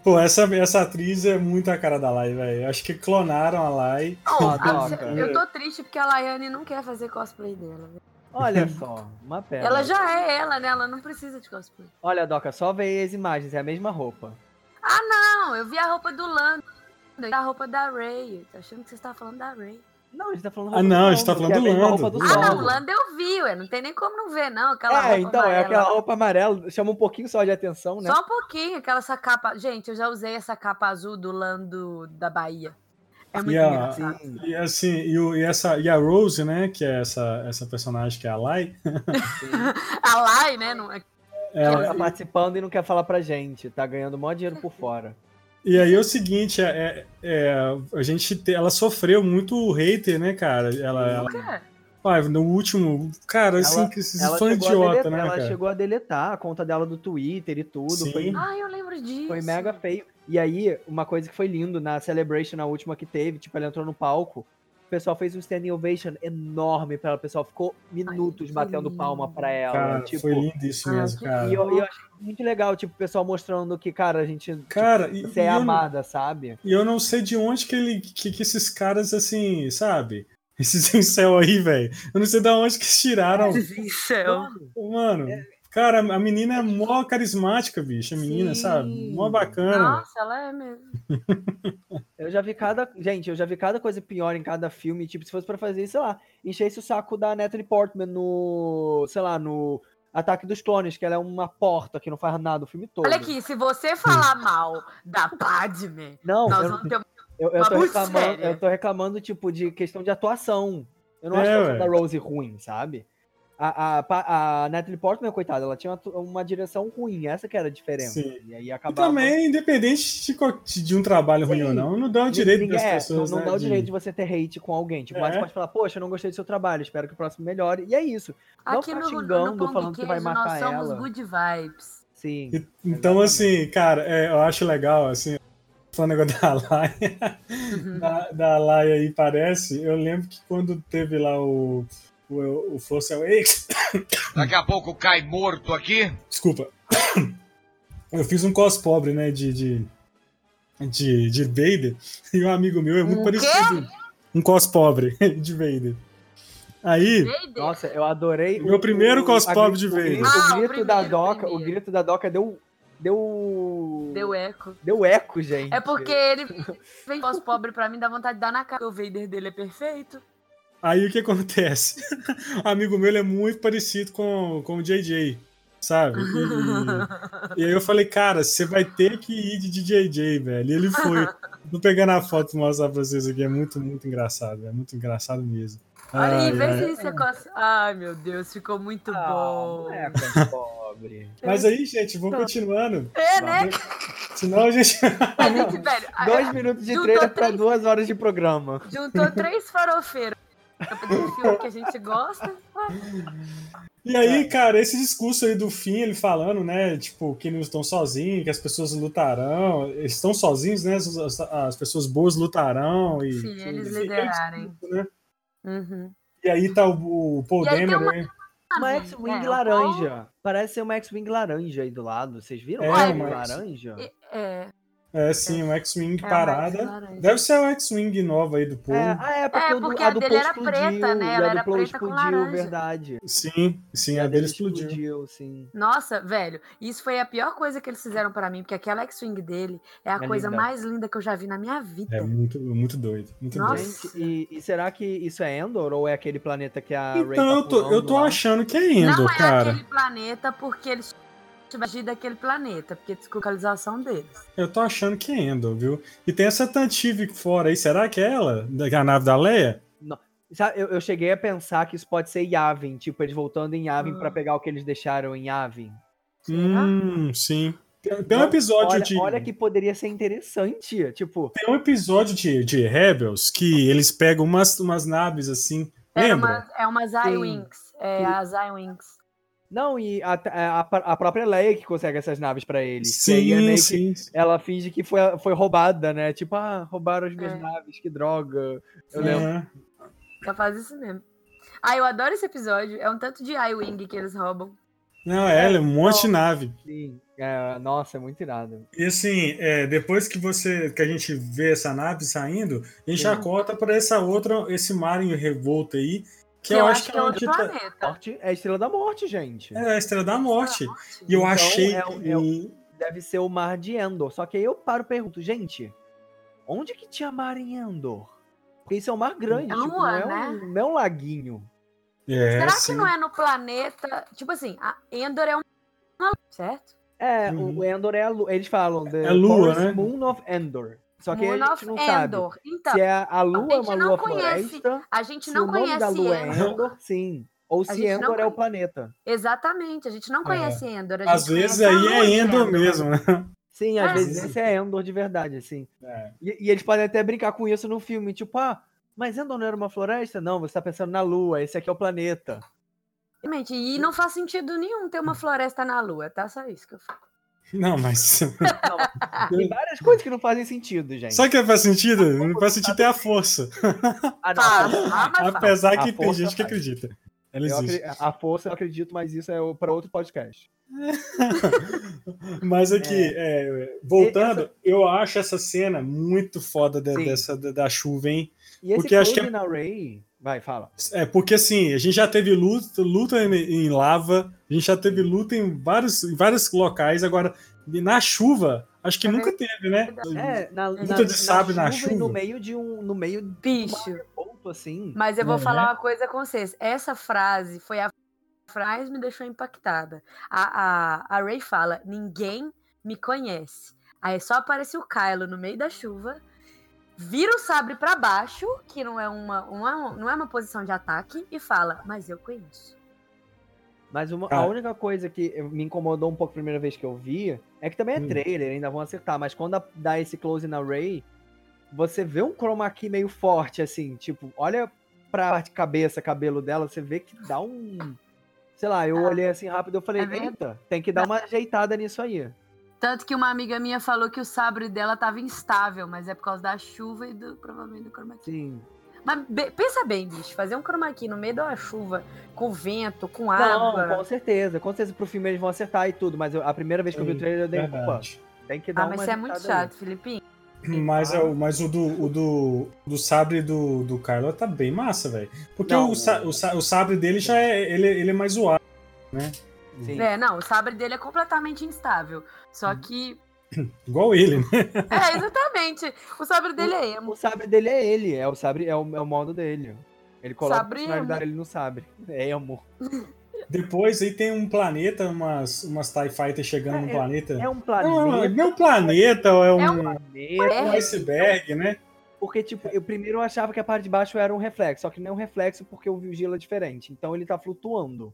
A: Pô, essa, essa atriz é muito a cara da Lai, velho. Acho que clonaram a Lai.
B: Oh,
C: Ah,
B: a-
C: droga.
B: eu tô triste porque a Laiane não quer fazer cosplay dela. velho.
C: Olha só, uma pena.
B: Ela já é ela, né? Ela não precisa de cosplay.
C: Olha, Doca, só vê as imagens, é a mesma roupa.
B: Não, eu vi a roupa do Lando e a roupa da Ray. Eu tô achando que você tá falando da Ray.
C: Não, a gente tá falando
A: Ah, não, a gente tá
C: que
A: falando
C: é a
A: do
C: mesma
A: Lando,
C: roupa do
A: do
B: Ah, não,
A: Lando.
B: o
C: solo.
B: Lando eu vi, ué. Não tem nem como não ver, não. Aquela
C: É,
B: roupa
C: então, é
B: amarela.
C: aquela roupa amarela, chama um pouquinho só de atenção, né?
B: Só um pouquinho, aquela essa capa. Gente, eu já usei essa capa azul do Lando da Bahia. É muito
A: Yeah.
B: engraçado.
C: Sim.
A: E assim, e, o- e essa, e a Rose, né? Que é essa, essa personagem que é a Lai.
B: A Lai, né? Não, é-
A: ela-
C: Ela tá participando e não quer falar pra gente. Tá ganhando mó dinheiro por fora.
A: e aí é o seguinte, é, é- é, a gente te- ela sofreu muito o hater, né, cara? Ela, ela-
B: é?
A: Ué, no último, cara, assim,
C: Ela-
A: que esses
C: Ela,
A: fãs
C: chegou, a
A: idiota,
C: deletar,
A: né,
C: ela
A: cara?
C: chegou a deletar a conta dela do Twitter e tudo.
A: Sim.
C: Foi,
B: Ah, eu lembro disso.
C: foi mega feio. E aí, uma coisa que foi lindo na Celebration, na última que teve, tipo, ela entrou no palco. O pessoal fez um standing ovation enorme pra ela. O pessoal ficou minutos
B: que
C: batendo
B: lindo.
C: palma pra ela.
A: Cara,
C: tipo,
A: foi lindo isso
B: Ah,
A: mesmo,
B: que
A: cara.
C: E eu, e eu achei muito legal, tipo, o pessoal mostrando que, cara, a gente. tipo,
A: Cara, e,
C: você
A: e
C: é
A: eu, não-
C: amada, sabe?
A: e eu não sei de onde que, ele, que, que esses caras, assim, sabe? Esses incel aí, velho. Eu não sei de onde que eles tiraram.
B: Céu.
A: Mano, cara, a menina é mó carismática, bicho. A menina,
C: Sim. Ah,
A: sabe? Mó bacana.
B: Nossa, ela é mesmo.
C: Eu já vi cada. Gente, eu já vi cada coisa pior em cada filme. Tipo, se fosse pra fazer, sei lá, enchesse o saco da Natalie Portman no. sei lá, no. Ataque dos Clones, que ela é uma porta que não faz nada o filme todo.
B: Olha aqui, se você falar mal da Padme,
C: Não,
B: nós
C: eu,
B: vamos ter uma
C: eu, eu
B: uma
C: tô
B: muito
C: reclamando,
B: séria.
C: eu tô reclamando, tipo, de questão de atuação. Eu não
A: É,
C: acho a atuação
A: ué.
C: da Rose ruim, sabe? A, a, pa- a Natalie Portman, coitada, ela tinha uma, atu- uma direção ruim, essa que era a diferença.
A: Sim.
C: E aí
A: E
C: acabava.
A: também, independente de, co- de um trabalho ruim
C: Sim.
A: ou não, não dá o direito
C: Ninguém-
A: das
C: é,
A: pessoas.
C: Não, não
A: né,
C: dá o
A: de-
C: direito de você ter hate com alguém. Tipo, mas
A: É.
C: pode falar, poxa, eu não gostei do seu trabalho, espero que o próximo melhore. E é isso. Não
B: um Aqui
C: tá
B: no, no
C: xingando,
B: Pão
C: falando
B: de
C: que vai
B: Queijo, nós
C: matar
B: somos
C: ela.
B: good vibes.
C: Sim.
A: E- Então, assim, cara, é, eu acho legal, assim, falando agora da Laia, da, da Laia aí parece, eu lembro que quando teve lá o, o, o Force Awakens,
D: Daqui a pouco cai morto aqui.
A: desculpa, eu fiz um cos pobre, né, de, de, de, de Vader, e um amigo meu é muito
B: Um quê?
A: parecido, um cos pobre de Vader. Aí,
B: Vader.
C: Nossa, eu adorei.
A: Meu primeiro
C: a
A: cosplay
C: gri-
A: de
C: o
A: vez.
C: grito-
B: Ah, o
C: O grito da
B: primeiro,
C: Doca, o
B: primeiro.
C: grito da Doca deu. Deu.
B: Deu eco.
C: deu eco, gente.
B: É porque ele vem pós pobre pra mim, dá vontade de dar na cara. O Vader dele é perfeito.
A: Aí o que acontece? O amigo meu ele é muito parecido com, com o JJ, sabe? E, e aí eu falei, cara, você vai ter que ir de JJ, velho. E ele foi. Vou pegar na foto e mostrar pra vocês aqui. É muito, muito engraçado. É muito engraçado mesmo.
B: Olha aí,
A: Ai,
B: vê
A: ai.
B: se isso é cos... Ai, meu Deus, ficou muito
C: Ah,
B: bom.
C: boneca pobre.
A: Mas aí, gente, vou continuando.
B: É, né?
A: Senão a gente.
B: A gente, velho, a-
C: Dois minutos de
B: Juntou
C: trailer pra
B: três-
C: duas horas de programa.
B: juntou três farofeiros. De filme que a gente gosta.
A: E aí, cara, esse discurso aí do fim, ele falando, né? Tipo, que não estão sozinhos, que as pessoas lutarão. Eles estão sozinhos, né? As, as- as pessoas boas lutarão. E,
B: Se eles
A: Enfim,
B: liderarem.
A: né?
B: Uhum.
A: E aí tá o, o Paul
B: E aí tem
A: Dameron,
B: uma-
A: né?
C: Uma
B: Ah,
C: X-Wing
B: é,
C: laranja. Parece ser uma X-Wing laranja aí do lado. Vocês viram?
A: É,
C: a X-Wing
A: mas-
C: laranja?
B: É.
A: É, sim, um X-Wing
B: É,
A: parada.
B: mas laranja.
A: Deve ser o X-Wing nova aí do povo.
C: É, ah, é, porque,
B: É,
C: o do-
B: porque
C: a
B: a
C: do
B: dele
C: Play
B: era
C: explodiu,
B: preta, né? Ela
C: a do
B: era
C: Play
B: preta com
C: explodiu,
B: laranja.
C: verdade.
A: Sim, sim, a dele explodiu.
C: sim.
B: Nossa, velho, isso foi a pior coisa que eles fizeram pra mim, porque aquela X-Wing dele é a
C: É
B: coisa
C: linda.
B: mais linda que eu já vi na minha vida.
A: É muito, muito doido. Muito
B: Nossa.
A: doido.
C: Gente, e, e será que isso é Endor ou é aquele planeta que a Rey
A: Então,
C: tá
A: eu tô, eu
C: pulando
A: tô
C: lá?
A: achando que é Endor,
B: Não é
A: cara.
B: aquele planeta porque eles tiveram agido daquele planeta, porque deslocalização deles.
A: Eu tô achando que é Endor, viu? E tem essa Tantive fora aí, será que é ela? Da que é a nave da Leia?
C: Sabe, eu, eu cheguei a pensar que isso pode ser Yavin, tipo, eles voltando em Yavin
B: Ah.
C: pra pegar o que eles deixaram em Yavin.
A: Hum, sim. Tem tem um
C: Não,
A: episódio
C: Olha,
A: de.
C: olha que poderia ser interessante, tipo,
A: Tem um episódio de, de Rebels que eles pegam umas, umas naves assim.
B: Era
A: Lembra?
B: uma- é umas I-Wings. É,
C: Sim.
B: as I-Wings.
C: não, e a, a, a própria Leia que consegue essas naves pra eles. que aí é
A: Sim,
C: meio que-
A: sim.
C: ela finge que foi, foi roubada, né? Tipo, ah, roubaram as minhas
B: É.
C: naves, que droga.
B: Sim.
C: Eu lembro.
A: É.
B: Só faz isso mesmo. Ah, eu adoro esse episódio. É um tanto de I-Wing que eles roubam.
A: Não, ela é um monte de
C: Não.
A: nave.
C: Sim. É, nossa, é muito irado.
A: E assim, é, depois que você que a gente vê essa nave saindo, a gente
C: Sim.
A: já corta para essa outra, esse mar em revolta aí, que, eu, acho que é
B: é
A: onde
B: outro
A: tá,
B: planeta.
C: Morte é a Estrela da Morte, gente.
A: é a Estrela da Morte. E eu
C: Então,
A: achei
C: é o- é Deve ser o mar de Endor. Só que aí eu paro e pergunto, gente, onde que tinha mar em Endor? Porque isso é um mar grande,
B: É
C: tipo, não,
B: lua,
C: é um, não é um laguinho.
A: é,
B: Será
A: sim.
B: que não é no planeta? Tipo assim, a Endor é uma. Certo?
C: É,
A: Uhum.
C: o Endor é a lua. Eles falam The
A: É lua,
C: forest
A: né?
C: Moon of Endor. Só que
B: Moon
C: a gente
B: of
C: não
B: Endor. Então,
C: sabe se é a lua é
B: gente
C: uma
B: não
C: lua
B: conhece
C: floresta,
B: a gente
C: se
B: não
C: o nome
B: conhece
C: da lua é
B: Endor.
C: Endor, sim. Ou se
B: gente não
C: Endor é o
B: conhece.
C: planeta.
B: Exatamente, a gente não conhece Endor. a
A: É. Às
B: gente
A: vezes
B: conhece a
A: aí
B: lua
A: é
B: de
A: Endor mesmo, né?
C: Sim, às
B: É.
C: vezes esse é Endor de verdade, assim.
A: É.
C: E, e eles podem até brincar com isso no filme, tipo, ah, mas Endor não era uma floresta? Não, você tá pensando na Lua, esse aqui é o planeta.
B: Exatamente, e não faz sentido nenhum ter uma floresta na Lua, tá? Só isso que eu falo.
A: Não, mas
C: Tem várias coisas que não fazem sentido, gente.
A: sabe o que faz sentido? Não faz sentido ter a força,
C: Ah, não,
B: Fala,
A: tá.
C: eu
B: ah, mas fala.
A: apesar
C: A
A: que tem
C: força
A: gente que
C: faz.
A: acredita. Ela
C: acre-
A: existe.
C: a força, eu acredito, mas isso é o- pra outro podcast.
A: Mas aqui, é, voltando, eu acho essa cena muito foda de-
C: Sim.
A: dessa da- da chuva, hein?
C: E esse
A: Porque acho que
C: close na Ray. Vai, fala.
A: É, porque assim, a gente já teve luta, luta em, em lava, a gente já teve luta em vários, em vários locais, agora na chuva, acho que
B: É
A: nunca teve, né?
C: É, na,
A: Luta
C: na,
A: de sabre na
C: e
A: chuva.
C: No meio de um. No meio de
B: Bicho,
C: um ponto, assim.
B: mas eu vou
A: Não é?
B: falar uma coisa com vocês. Essa frase foi a frase que me deixou impactada. A, a, a Ray fala: ninguém me conhece. Aí só aparece o Kylo no meio da chuva, vira o sabre pra baixo, que não é uma, não é um- não é uma posição de ataque, e fala: mas eu conheço.
C: Mas uma- a
A: Cara.
C: única coisa que eu- me incomodou um pouco a primeira vez que eu vi é que também é
A: Hum.
C: trailer, ainda vão acertar, mas quando a- dá esse close na Ray, você vê um chroma aqui meio forte, assim, tipo, olha pra parte de cabeça, cabelo dela, você vê que dá um. Sei lá, eu
B: Ah.
C: olhei assim rápido eu falei,
B: É verdade.
C: eita, tem que dar uma ajeitada nisso aí.
B: Tanto que uma amiga minha falou que o sabre dela tava instável, mas é por causa da chuva e do, provavelmente do chroma key.
C: Sim.
B: Mas be- pensa bem, bicho, fazer um chroma key no meio da chuva, com vento, com água.
C: Não, com certeza, com certeza pro filme eles vão acertar e tudo, mas eu- a primeira vez que eu vi o
A: Sim,
C: trailer eu dei, opa,
A: Verdade.
C: tem que dar
B: ah,
C: uma
B: mas isso é muito
C: ajeitada aí.
B: chato, Felipinho.
A: Mas, é o, mas o do, o do, do sabre do, do Kylo tá bem massa, velho. Porque
C: Não,
A: o, sa- o, sa- o sabre dele já é, ele, ele é mais zoado, né?
C: Sim. Hum.
B: É, não, o sabre dele é completamente instável. Só que.
A: Igual ele, né?
B: É, exatamente. O sabre dele é emo.
C: O sabre dele é ele, é o sabre, é o, é o modo dele. Ele coloca
B: Sabre
C: a personalidade dele no sabre. É amor.
A: Depois aí tem um planeta, umas, umas TIE Fighters chegando
C: É,
A: no planeta.
C: É um
A: não,
C: planeta.
A: não é um planeta, ou é um,
B: É
C: planeta.
A: um iceberg, né?
C: Porque, tipo, eu primeiro eu achava que a parte de baixo era um reflexo, só que não é um reflexo porque o gelo é diferente. Então ele tá flutuando.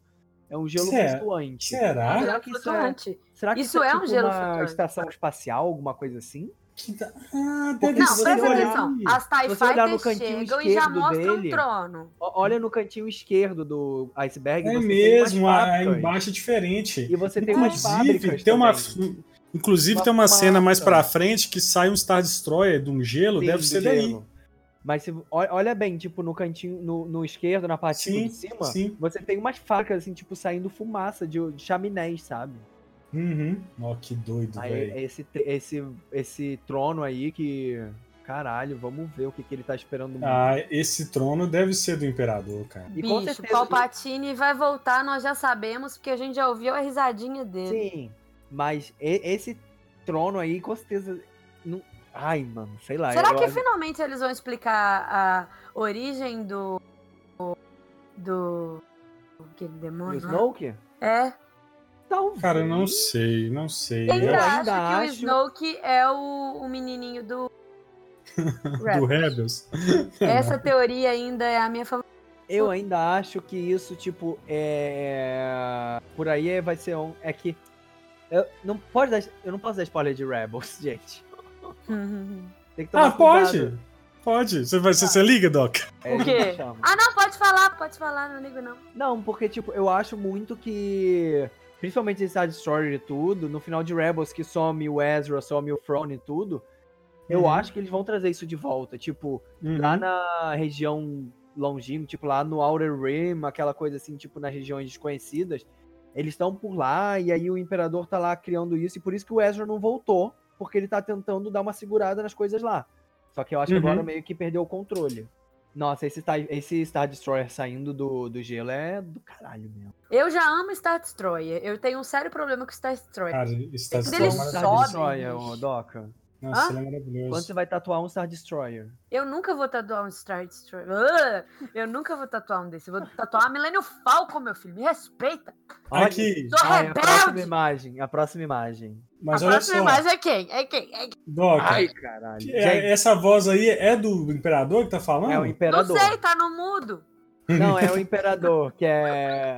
C: É um gelo
A: Será?
C: flutuante.
A: Será?
B: Ele é
C: Será que isso é-
B: flutuante.
C: Será que
B: Isso
C: isso,
B: é um
C: tipo,
B: gelo
C: uma
B: flutuante.
C: estação espacial, alguma coisa assim?
A: Que da- Ah,
C: Porque
A: deve
B: Não,
A: ser,
C: se
B: presta
A: olha
B: atenção.
A: aí.
B: As TIE
C: Se você olhar no
B: Fighters
C: cantinho
B: chegam e já
C: esquerdo
B: mostram um
C: dele-
B: trono.
C: O- Olha no cantinho esquerdo do iceberg.
A: É
C: você tem
A: mesmo,
C: umas
A: a, a
C: fábricas.
A: embaixo é diferente.
C: E você tem umas
A: Inclusive,
C: fábricas
A: tem uma,
C: também.
A: inclusive,
C: Uma
A: tem uma cena mais
C: fábrica.
A: pra frente que sai um Star Destroyer de um gelo,
C: Sim,
A: deve
C: do
A: ser daí.
C: gelo. Mas se, ol- olha bem, tipo, no cantinho, no, no esquerdo, na parte tipo,
A: Sim,
C: de cima,
A: sim.
C: você tem umas facas, assim, tipo, saindo fumaça de, de chaminés, sabe?
A: Uhum. Ó, que doido,
C: Aí,
B: é
A: velho.
C: esse, tr- esse, esse trono aí que. Caralho, vamos ver o que, que ele tá esperando. muito.
A: Ah, esse trono deve ser do imperador, cara.
C: E com
B: Bicho,
C: certeza-
B: Palpatine vai voltar, nós já sabemos, porque a gente já ouviu a risadinha dele.
C: Sim, mas e- esse trono aí, com certeza. Não... Ai, mano, sei lá.
B: Será
C: eu
B: que
C: acho- é
B: finalmente eles vão explicar a origem do. do. aquele
C: o
B: demônio? lá?
C: Snoke?
B: É.
C: Talvez.
A: Cara, eu não sei, não sei. É
B: Ainda
A: Eu-
B: acho
C: ainda
B: que
C: acho-
B: o Snoke é o, o menininho do.
A: Do
B: Rebels.
A: Rebels.
B: Essa teoria ainda é a minha favorita.
C: Eu ainda acho que isso, tipo, é. Por aí é- vai ser um. É que. Eu não, pode dar, eu não posso dar spoiler de Rebels, gente. Tem que tomar
A: Ah, pode?
C: cuidado.
A: Pode. Você, vai, você,
B: Tá.
A: você liga, Doc?
C: É,
B: O
C: eu
B: quê?
C: chamo.
B: Ah, não, pode falar, pode falar, não ligo não.
C: Não, porque, tipo, eu acho muito que. Principalmente esse Side Story e tudo, no final de Rebels, que some o Ezra, some o Thrawn e tudo. Eu
A: Uhum.
C: acho que eles vão trazer isso de volta. Tipo,
A: Uhum.
C: lá na região longínqua, tipo, lá no Outer Rim, aquela coisa assim, tipo, nas regiões desconhecidas. Eles estão por lá e aí o imperador tá lá criando isso. E por isso que o Ezra não voltou, porque ele tá tentando dar uma segurada nas coisas lá. Só que eu acho que
A: Uhum.
C: agora meio que perdeu o controle. Nossa, esse, Star- esse Star Destroyer saindo do, do gelo é do caralho mesmo.
B: Eu já amo Star Destroyer. Eu tenho um sério problema com Star Destroyer.
C: Ah.
A: Cara, está
B: Quando
A: sendo
B: ele
C: Tatuar um Star
B: sobe,
A: é maravilhoso.
C: Destroyer,
B: bicho.
C: ô, Doca.
A: Nossa, ele
B: Hã?
A: é
C: Quando
A: maravilhoso.
C: você vai tatuar um Star Destroyer?
B: Eu nunca vou tatuar um Star Destroyer. Ah, eu nunca vou tatuar um desse. Eu vou tatuar uma Millennium Falcon, meu filho. Me respeita.
A: Aqui,
B: Sou
C: Ai, a próxima é
B: rebelde.
C: imagem, a próxima imagem.
A: mas
B: a
A: olha
B: próxima
A: só,
B: imagem é quem? É quem? É quem?
A: Doc,
D: Ai,
C: Caralho.
A: que-
C: Gente,
A: é- essa voz aí é do imperador que tá falando?
C: é o
B: Não
C: imperador.
B: sei, tá no mudo.
C: Não, é o imperador, que é.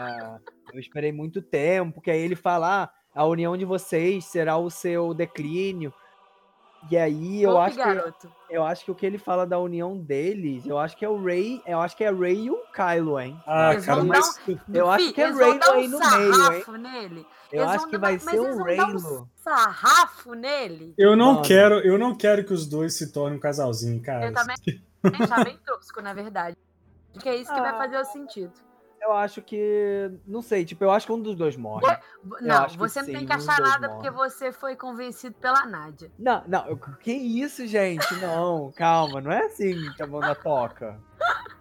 C: Eu esperei muito tempo, que aí ele fala: "Ah, a união de vocês será o seu declínio. E aí eu
B: Golpe,
C: acho, que,
B: garoto.
C: eu acho que o que ele fala da união deles, eu acho que é o Ray, eu acho que é Ray e o Kylo, hein?
A: Ah,
B: Eles
A: cara,
B: vão um
A: mas...
C: Eu acho
B: Fih,
C: que é
B: eles vão
C: Ray
B: dar um
C: aí no meio, hein?
B: sarrafo nele.
C: Eu
B: Eles
C: acho
B: vão
C: que
B: dar-
C: vai
B: mas
C: ser
B: eles
C: um
B: vão dar um
C: Raylo.
B: Sarrafo nele.
A: Eu não
C: Mano.
A: quero, eu não quero que os dois se tornem um casalzinho, cara.
B: Eu também já bem tosco, na verdade. Porque é isso que vai
C: Ah.
B: fazer o sentido.
C: Eu acho que. Não sei, tipo, eu acho que um dos dois morre.
B: Não,
C: acho que
B: você não tem
C: sim,
B: que
C: os
B: achar
C: dois
B: nada
C: morrem.
B: porque você foi convencido pela Nádia.
C: Não, não, eu- que isso, gente? Não, calma, não é assim que a banda toca.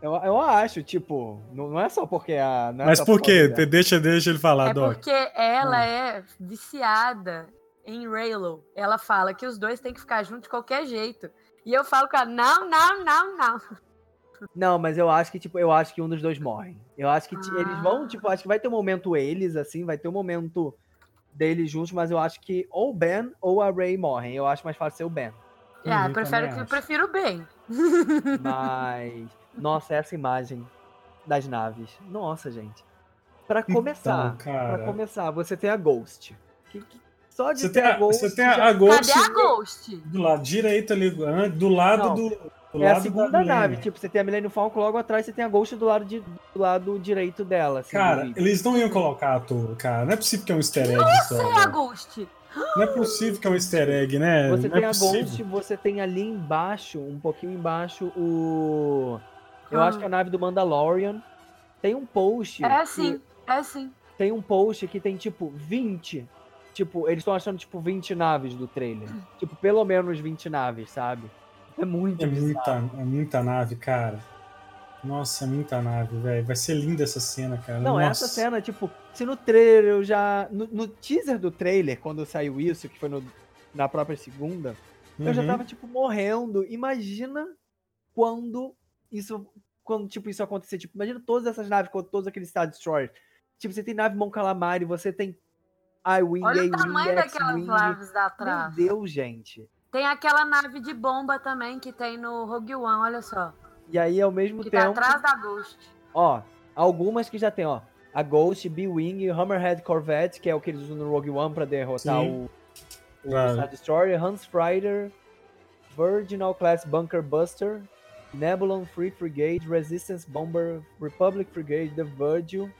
C: Eu, eu acho, tipo, não, não é só porque a. não é
A: Mas
C: só
A: por quê?
C: porque-
A: Deixa, deixa ele falar,
B: é
A: Doc.
B: porque ela
A: Hum.
B: é viciada em Raylo. Ela fala que os dois têm que ficar juntos de qualquer jeito. E eu falo com ela, não, não, não, não.
C: Não, mas eu acho que, tipo, eu acho que um dos dois morre. Eu acho que ti- eles vão,
B: Ah.
C: tipo, acho que vai ter um momento eles, assim, vai ter um momento deles juntos, mas eu acho que ou o Ben ou a Ray morrem. Eu acho mais fácil ser o Ben.
A: Uhum,
B: ah,
A: eu
B: prefiro,
A: também
B: que-
A: acho.
B: prefiro bem.
C: Mas. Nossa, essa imagem das naves. Nossa, gente. Pra começar.
B: Tá,
A: Então, cara,
C: Pra começar, você tem a Ghost. Que- que- só de
A: você
C: ter
A: tem a,
C: Ghost.
A: você tem a,
C: já-
A: a Ghost
B: Cadê a Ghost?
A: do lado direito ali, ah, do lado
C: Não,
A: do, do
C: É
A: lado
C: a segunda
A: da Millennium.
C: nave. Tipo, você tem a Millennium Falcon logo atrás, você tem a Ghost do lado, de- do lado direito dela. assim, do
A: Cara,
C: vídeo.
A: eles não iam colocar à toa, cara. Não é possível que é um easter egg só.
B: Cadê a
A: velho.
B: Ghost?
A: Não é possível que é um easter egg, né?
C: Você
A: não
C: tem
A: é
C: a
A: possível.
C: Ghost, você tem ali embaixo, um pouquinho embaixo, o. Eu
B: Ah.
C: acho que é a nave do Mandalorian. Tem um post.
B: É
C: que-
B: sim, é sim.
C: tem um post que tem tipo 20. Tipo, eles estão achando tipo 20 naves do trailer. Tipo, pelo menos 20 naves, sabe? É muito
A: É
C: bizarro.
A: muita, é muita nave, cara. Nossa, é muita nave, velho. Vai ser linda essa cena, cara.
C: Não,
A: Nossa.
C: essa cena, tipo, se no trailer eu já. No, no teaser do trailer, quando saiu isso, que foi no- na própria segunda, eu já
A: Uhum.
C: tava, tipo, morrendo. Imagina quando isso. Quando, tipo, isso acontecer. Tipo, imagina todas essas naves, com todos aqueles Star Destroyers. Tipo, você tem nave Mon Calamari, você tem I-Wing,
B: Olha o
C: A-Wing,
B: tamanho daquelas
C: X-Wing.
B: naves da
C: é Meu
B: trás.
C: Deus, gente.
B: Tem aquela nave de bomba também que tem no Rogue One, olha só.
C: E aí, ao mesmo
B: Que tá
C: tempo,
B: atrás da Ghost.
C: ó, algumas que já tem, ó. A Ghost, B-Wing, Hammerhead Corvette, que é o que eles usam no Rogue One pra derrotar
A: Sim.
C: o, o
A: Claro.
C: Star Destroyer, Hans Frider, Virginal Class Bunker Buster, Nebulon Free Frigate, Resistance Bomber, Republic Frigate, The Virgil.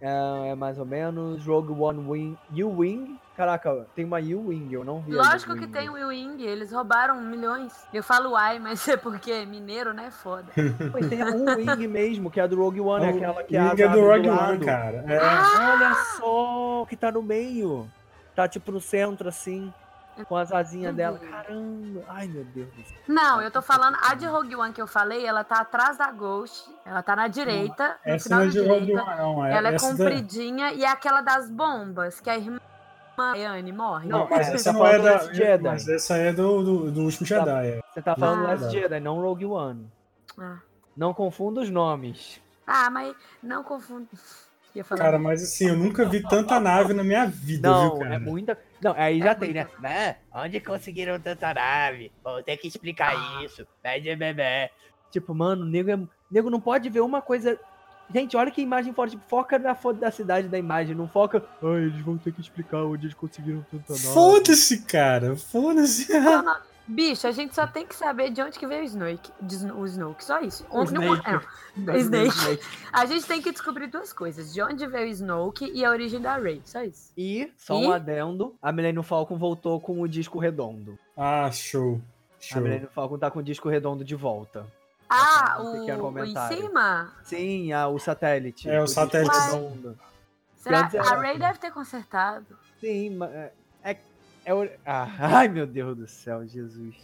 C: É, é mais ou menos. Rogue One Wing. U-Wing? Caraca, tem uma U-Wing, eu não vi. a
B: Lógico que
C: U-Wing.
B: tem um o Wing, eles roubaram milhões. Eu falo ai, mas é porque mineiro, né? Foda.
C: Pois tem a U-Wing mesmo, que é a do Rogue One, é aquela que é a
A: Wing é
C: asa
A: do Rogue
C: lado. Ah!
A: One, cara. É.
C: Olha só, que tá no meio. Tá tipo no centro, assim, com as
B: Uhum.
C: asinhas dela. Caramba, ai meu Deus do céu.
B: Não, eu tô falando. A de Rogue One que eu falei, ela tá atrás da Ghost. Ela tá na direita. no
A: Essa
B: final
A: não é
B: da
A: de
B: direita.
A: Rogue One, não.
B: Ela é
A: essa da-
B: compridinha e é aquela das bombas, que a irmã Anne morre.
A: Não,
C: Não,
A: mas
C: essa
A: essa
C: não
A: não
C: é
A: é
C: do
A: da.
C: Last Jedi.
A: Mas essa é do, do, do último Jedi. é.
C: Você tá falando
B: Ah.
C: Last Jedi, não Rogue One.
B: Ah.
C: Não confunda os nomes.
B: Ah, mas não confundo. Ia falar.
A: Cara, mas assim, eu nunca vi tanta nave na minha vida,
C: Não,
A: viu, cara?
C: é muita. Não, aí
B: É
C: já tem, né?
E: Né? Onde conseguiram tanta nave? Vou ter que explicar isso. Pede bebê.
C: Tipo, mano, o nego, é... o nego não pode ver uma coisa. Gente, olha que imagem forte. Tipo, foca na foto da cidade da imagem, não foca. Ai, eles vão ter que explicar onde eles conseguiram tanta nave.
A: Foda-se, cara. Foda-se.
B: Qual o nome? Bicho, a gente só tem que saber de onde que veio o Snake. de Sno- o Snoke, só isso.
C: O
B: Onde não-
C: Snake.
B: é, não. Snake.
C: né?
B: A gente tem que descobrir duas coisas: de onde veio o Snoke e a origem da Rey. Só isso.
C: E, só
B: E?
C: um adendo, a Millennium Falcon voltou com o disco redondo.
A: Ah, show.
C: A
A: Show.
C: Millennium Falcon tá com o disco redondo de volta.
B: Ah,
C: não sei
B: o,
C: que era
B: o
C: o
B: em
C: comentário.
B: cima?
C: Sim, a- o satélite.
A: É, o
C: disco
A: satélite.
C: redondo.
B: Será?
C: antes era-
B: A Rey deve ter consertado.
C: Sim, ma- é... é, é o- ah, ai, meu Deus do céu, Jesus.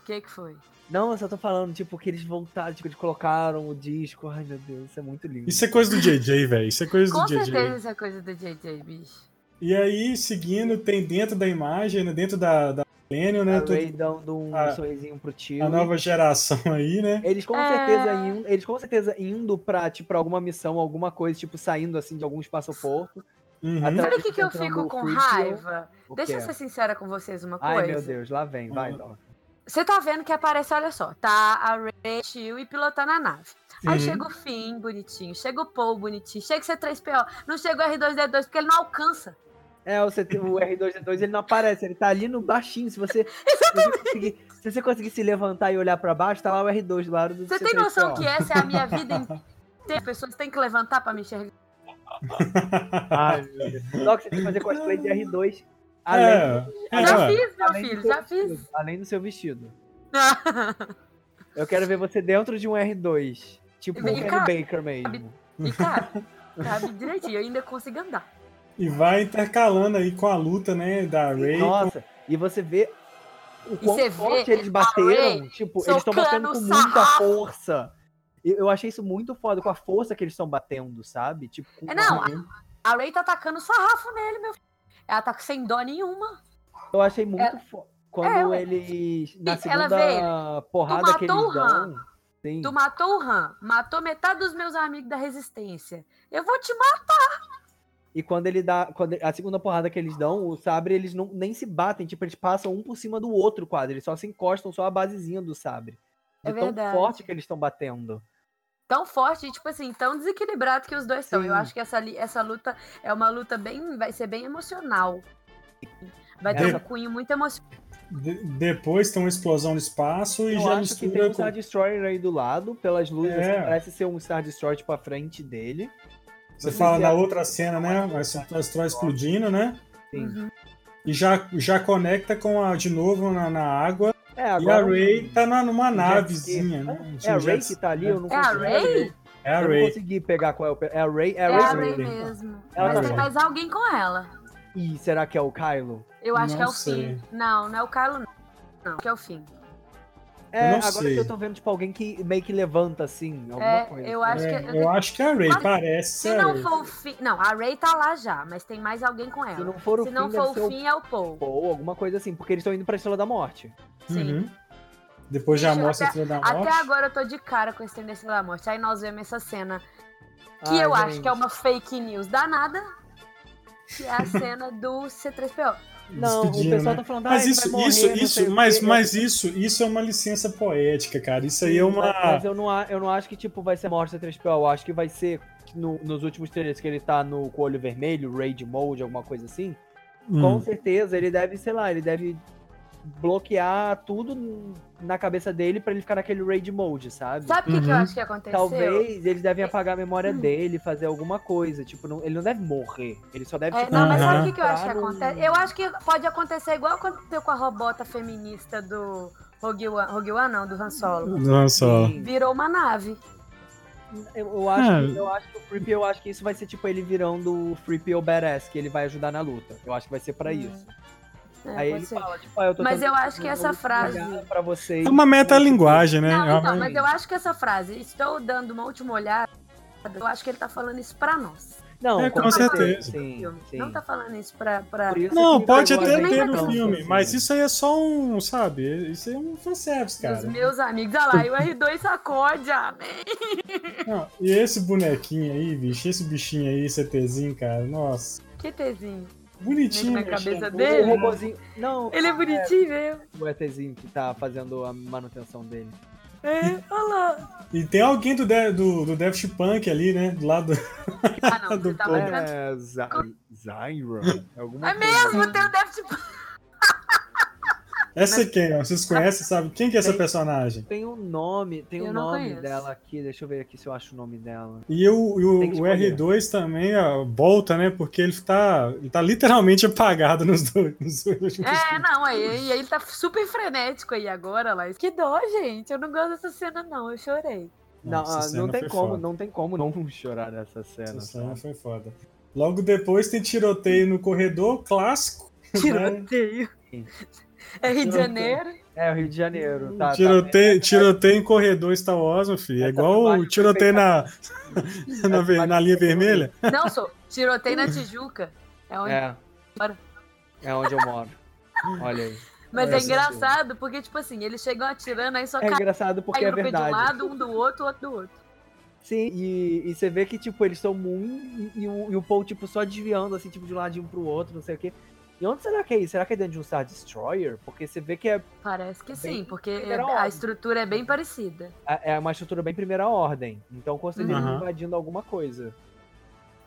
B: O que que foi?
C: Não, eu só tô falando, tipo, que eles voltaram, tipo, eles colocaram o disco. Ai, meu Deus, isso é muito lindo.
A: Isso é coisa do JJ, velho. Isso é coisa
B: Com
A: do JJ.
B: certeza essa coisa do JJ, bicho.
A: E aí, seguindo, tem dentro da imagem, né, dentro da, da Millennium, né?
C: A
A: tudo-
C: Ray dando um
A: a-
C: sorrisinho pro tio.
A: a nova geração aí, né?
C: Eles com
B: É.
C: certeza indo, eles com certeza indo pra, tipo, pra alguma missão, alguma coisa, tipo, saindo assim de algum espaço-porto.
A: Uhum.
C: Atrás
B: Sabe o
C: disso
B: que, que eu
C: entrando
B: fico
C: o
B: com
C: Fritzl.
B: raiva?
C: O
B: Deixa
C: quê?
B: eu ser sincera com vocês uma coisa.
C: Ai, meu Deus, lá vem, vai,
A: Ah.
C: Dó.
B: Você tá vendo que aparece, olha só, tá a Ray, Tio e pilotando a nave. Aí
A: Sim.
B: chega o Finn bonitinho, chega o Paul bonitinho, chega o C3PO, não chega o R2D2 porque ele não alcança.
C: É, o, CT o R2D2 ele não aparece, ele tá ali no baixinho. Se você, se você, conseguir, se você conseguir se levantar e olhar pra baixo, tá lá o R2 do lado do tipo,
B: Você
C: C3PO.
B: tem noção que essa é a minha vida inteira? As pessoas têm que levantar pra me enxergar.
C: Ai, meu Deus. Só que você tem que fazer cosplay de R2. ah, Além,
A: É, é,
B: já
A: ué.
B: fiz, meu
C: além do
B: filho,
C: seu
B: já fiz.
C: vestido, além do seu vestido. Eu quero ver você dentro de um R2. Tipo o
B: E
C: Kenny
B: cara-
C: Baker mesmo.
B: E cabe, cabe direitinho, eu ainda consigo andar.
A: E vai intercalando aí com a luta, né, da Rey.
C: Nossa, e você vê o quão
B: você vê
C: forte eles
B: a
C: bateram. Tipo, eles estão
B: socando
C: batendo com
B: o
C: muita
B: sarrafo.
C: força. Eu, eu achei isso muito foda, com a força que eles estão batendo, sabe? Tipo, com-
B: É, não, A Ray tá atacando sarrafo nele, meu filho. Ela tá sem dó nenhuma.
C: eu achei muito foda. Quando
B: é, ué.
C: eles. Na
B: Sim, ela
C: segunda
B: vê
C: porrada que
B: matou
C: eles
B: o Han.
C: dão. Sim.
B: Tu matou o Han, matou metade dos meus amigos da resistência. Eu vou te matar.
C: E quando ele dá. Quando a segunda porrada que eles dão, o sabre, eles não, nem se batem. Tipo, eles passam um por cima do outro quadro. Eles só se encostam, só a basezinha do sabre.
B: É
C: De tão
B: verdade.
C: forte que eles estão batendo.
B: Tão forte, e, tipo assim, tão desequilibrado que os dois estão.
C: Sim.
B: Eu acho que essa, li- essa luta é uma luta bem. Vai ser bem emocional. Vai ter
C: É.
A: Essa-
B: um cunho muito emocional.
A: De- depois tem uma explosão no espaço e
C: Eu
A: já
C: acho que tem
A: mistura
C: um
A: com...
C: Star Destroyer aí do lado, pelas luzes,
A: É.
C: assim, parece ser um Star Destroyer, tipo, à frente dele.
A: Você
C: Não sei
A: fala
C: se
A: da
C: é-
A: outra cena, né? Vai se destrói explodindo, né?
C: Sim.
B: Uhum.
A: E já, já conecta com a de novo na, na água.
C: É,
A: E a
C: agora... um
A: Ray tá na, numa
C: ski.
A: navezinha, né?
C: É a
A: Jet
C: Ray que
A: ski.
C: tá ali, eu não
B: É a
C: consegui-
B: Ray?
A: É a
C: Eu não
A: Ray.
C: consegui pegar qual é o... pe- É a Ray? É
B: É
C: a
B: a
C: Ray?
B: Ray
A: Ray.
B: mesmo.
C: Ela
B: Mas
A: tá
B: tem
A: bem.
B: mais alguém com ela.
C: Ih, será que é o Kylo?
B: Eu acho
A: Não
B: que é o
A: sei.
B: fim. Não, não é o Carlos, não. Não, que é o fim.
C: É,
A: não
C: agora
A: sei.
C: que eu tô vendo, tipo, alguém que meio que levanta, assim, alguma
B: É,
C: coisa.
B: eu acho
C: assim.
A: É,
B: que-
A: eu acho que é a Ray,
B: Mas
A: parece
B: Se
A: ser a
B: não
A: Ray.
B: for o fim. Não, a Ray tá lá já, mas tem mais alguém com
C: Se
B: ela.
C: não for o
B: É. Se
C: fim,
B: não
C: deve
B: for
C: ser
B: o fim, é o Paul.
C: Ou alguma coisa assim, porque eles estão indo pra Estrela da Morte.
B: Sim.
A: Uhum. Depois já
B: Bicho,
A: mostra a Estrela da Morte.
B: Até agora eu tô de cara com esse trem da Estrela da Morte. Aí nós vemos essa cena que
C: Ai,
B: eu acho
C: gente.
B: que é uma fake news danada, que é a cena do C3PO.
C: Não, o
A: Despedindo,
C: pessoal
A: né?
C: tá falando, ah,
A: Mas
C: ele
A: isso,
C: vai morrer,
A: isso,
C: não sei
A: isso,
C: o
A: mas,
C: quê.
A: mas isso, isso é uma licença poética, cara. Isso aí é
C: Sim,
A: uma.
C: Mas, mas eu, não, a- eu não acho que, tipo, vai ser morte C3PO. Eu acho que vai ser que no- nos últimos trailers que ele tá no com o olho vermelho, Raid Mode, alguma coisa assim.
A: Hum.
C: Com certeza, ele deve, sei lá, ele deve bloquear tudo na cabeça dele pra ele ficar naquele raid mode, sabe?
B: Sabe o que, que eu
A: Uhum.
B: acho que aconteceu? É.
C: Talvez eles devem apagar a memória dele, fazer alguma coisa. Tipo, não- ele não deve morrer. Ele só deve.
B: É,
C: tipo,
B: não, mas sabe o
A: Aham.
B: que, que eu acho que
C: entrar num-
B: acontece? Eu acho que pode acontecer igual aconteceu com a robota feminista do Rogue One, Rogue One não, do Han Solo.
A: Não só.
C: Sim,
B: Virou uma nave.
C: Eu, eu acho
A: Ah.
C: que, eu acho que o Free eu acho que isso vai ser tipo ele virando o Free P.O. Badass, que ele vai ajudar na luta. Eu acho que vai ser pra
B: Hum,
C: isso.
B: É,
C: Aí
B: pode
C: ele
B: ser.
C: fala, tipo, ah, eu tô
B: Mas
C: tentando
B: eu acho que essa
C: lutar
B: frase-
C: pra vocês.
A: É uma metalinguagem, né?
B: Não,
A: É uma-
B: então, mas eu acho que essa frase, estou dando uma última olhada, eu acho que ele tá falando isso pra nós.
C: Não,
A: É, com certeza.
C: Sim, sim.
B: Não tá falando isso pra. pra...
C: Por isso
A: Não,
C: que
A: pode
C: entregou
A: até
C: a
B: é
A: ter
C: gente
A: no
C: tanto,
A: filme,
C: assim.
B: né?
A: mas isso aí é só um, sabe? Isso aí é um fanservice, cara.
B: Os meus amigos, olha lá, e o R2 sacode, ah, né, amém.
A: Não, e esse bonequinho aí, bicho, esse bichinho aí, CTzinho, cara, nossa.
B: Que tezinho.
A: Bonitinho.
B: Na
A: bicho.
B: cabeça
A: O-
B: dele? né?
C: O robôzinho. Não,
B: Ele é bonitinho mesmo.
C: o ETzinho que tá fazendo a manutenção dele.
B: É, olha lá.
A: E tem alguém do, de, do, do Daft Punk ali, né? Do lado.
B: Ah, não, você
A: Do
B: tá
A: povo.
B: brincando.
C: É, Zyron. Alguma
B: É mesmo, tem o Daft Punk.
A: Essa é quem? ó? Vocês conhecem, sabe? Quem que é essa
C: Tem.
A: personagem?
C: Tem um nome, tem
B: Eu
C: um
B: não
C: nome
B: conheço.
C: dela aqui. Deixa eu ver aqui se eu acho o nome dela.
A: E o, e o,
C: Tem que
A: o
C: escolher.
A: R2 também ó, volta, né? Porque ele tá, ele tá literalmente apagado nos dois. Nos dois últimos
B: É, não, aí, aí ele tá super frenético aí agora, lá. Que dó, gente. Eu não gosto dessa cena, não. Eu chorei.
C: Não,
A: Nossa,
C: ah,
A: essa
C: não
A: cena
C: tem
A: foi
C: como,
A: foda.
C: não tem como não chorar nessa
A: Essa
C: cena.
A: cena
C: sabe?
A: foi foda. Logo depois tem tiroteio no corredor, clássico.
B: Tiroteio. É Rio de Janeiro.
C: É, o Rio de Janeiro, tá? tá
A: tiroteio,
C: vendo?
A: tiroteio em corredor Star Wars, meu filho. É
C: Essa
A: igual
C: dublagem
A: o
C: foi
A: tiroteio
C: feita-
A: na, na, ver-
C: dublagem
A: na linha
C: foi feita
A: vermelha.
B: Não, sou. Tiroteio na Tijuca. É onde
C: É.
B: Bora.
C: É onde eu moro. Olha aí.
B: Mas
A: É,
B: é
A: sim,
B: engraçado, porque, tipo assim, eles chegam atirando, aí só
C: É
B: cai
C: engraçado porque é
B: no pé de um
C: verdade.
B: lado, um do outro, outro do outro.
C: Sim, e, e você vê que, tipo, eles estão muito. E, e o, e o Paul, tipo, só desviando, assim, tipo, de um ladinho pro outro, não sei o quê. E onde será que é isso? Será que é dentro de um Star Destroyer? Porque você vê que é,
B: Parece que sim,
C: Bem
B: porque
C: primeira
B: é- a
C: ordem.
B: estrutura é bem parecida.
C: é uma estrutura bem primeira ordem. Então, com certeza, eles
A: Uhum.
C: invadindo alguma coisa.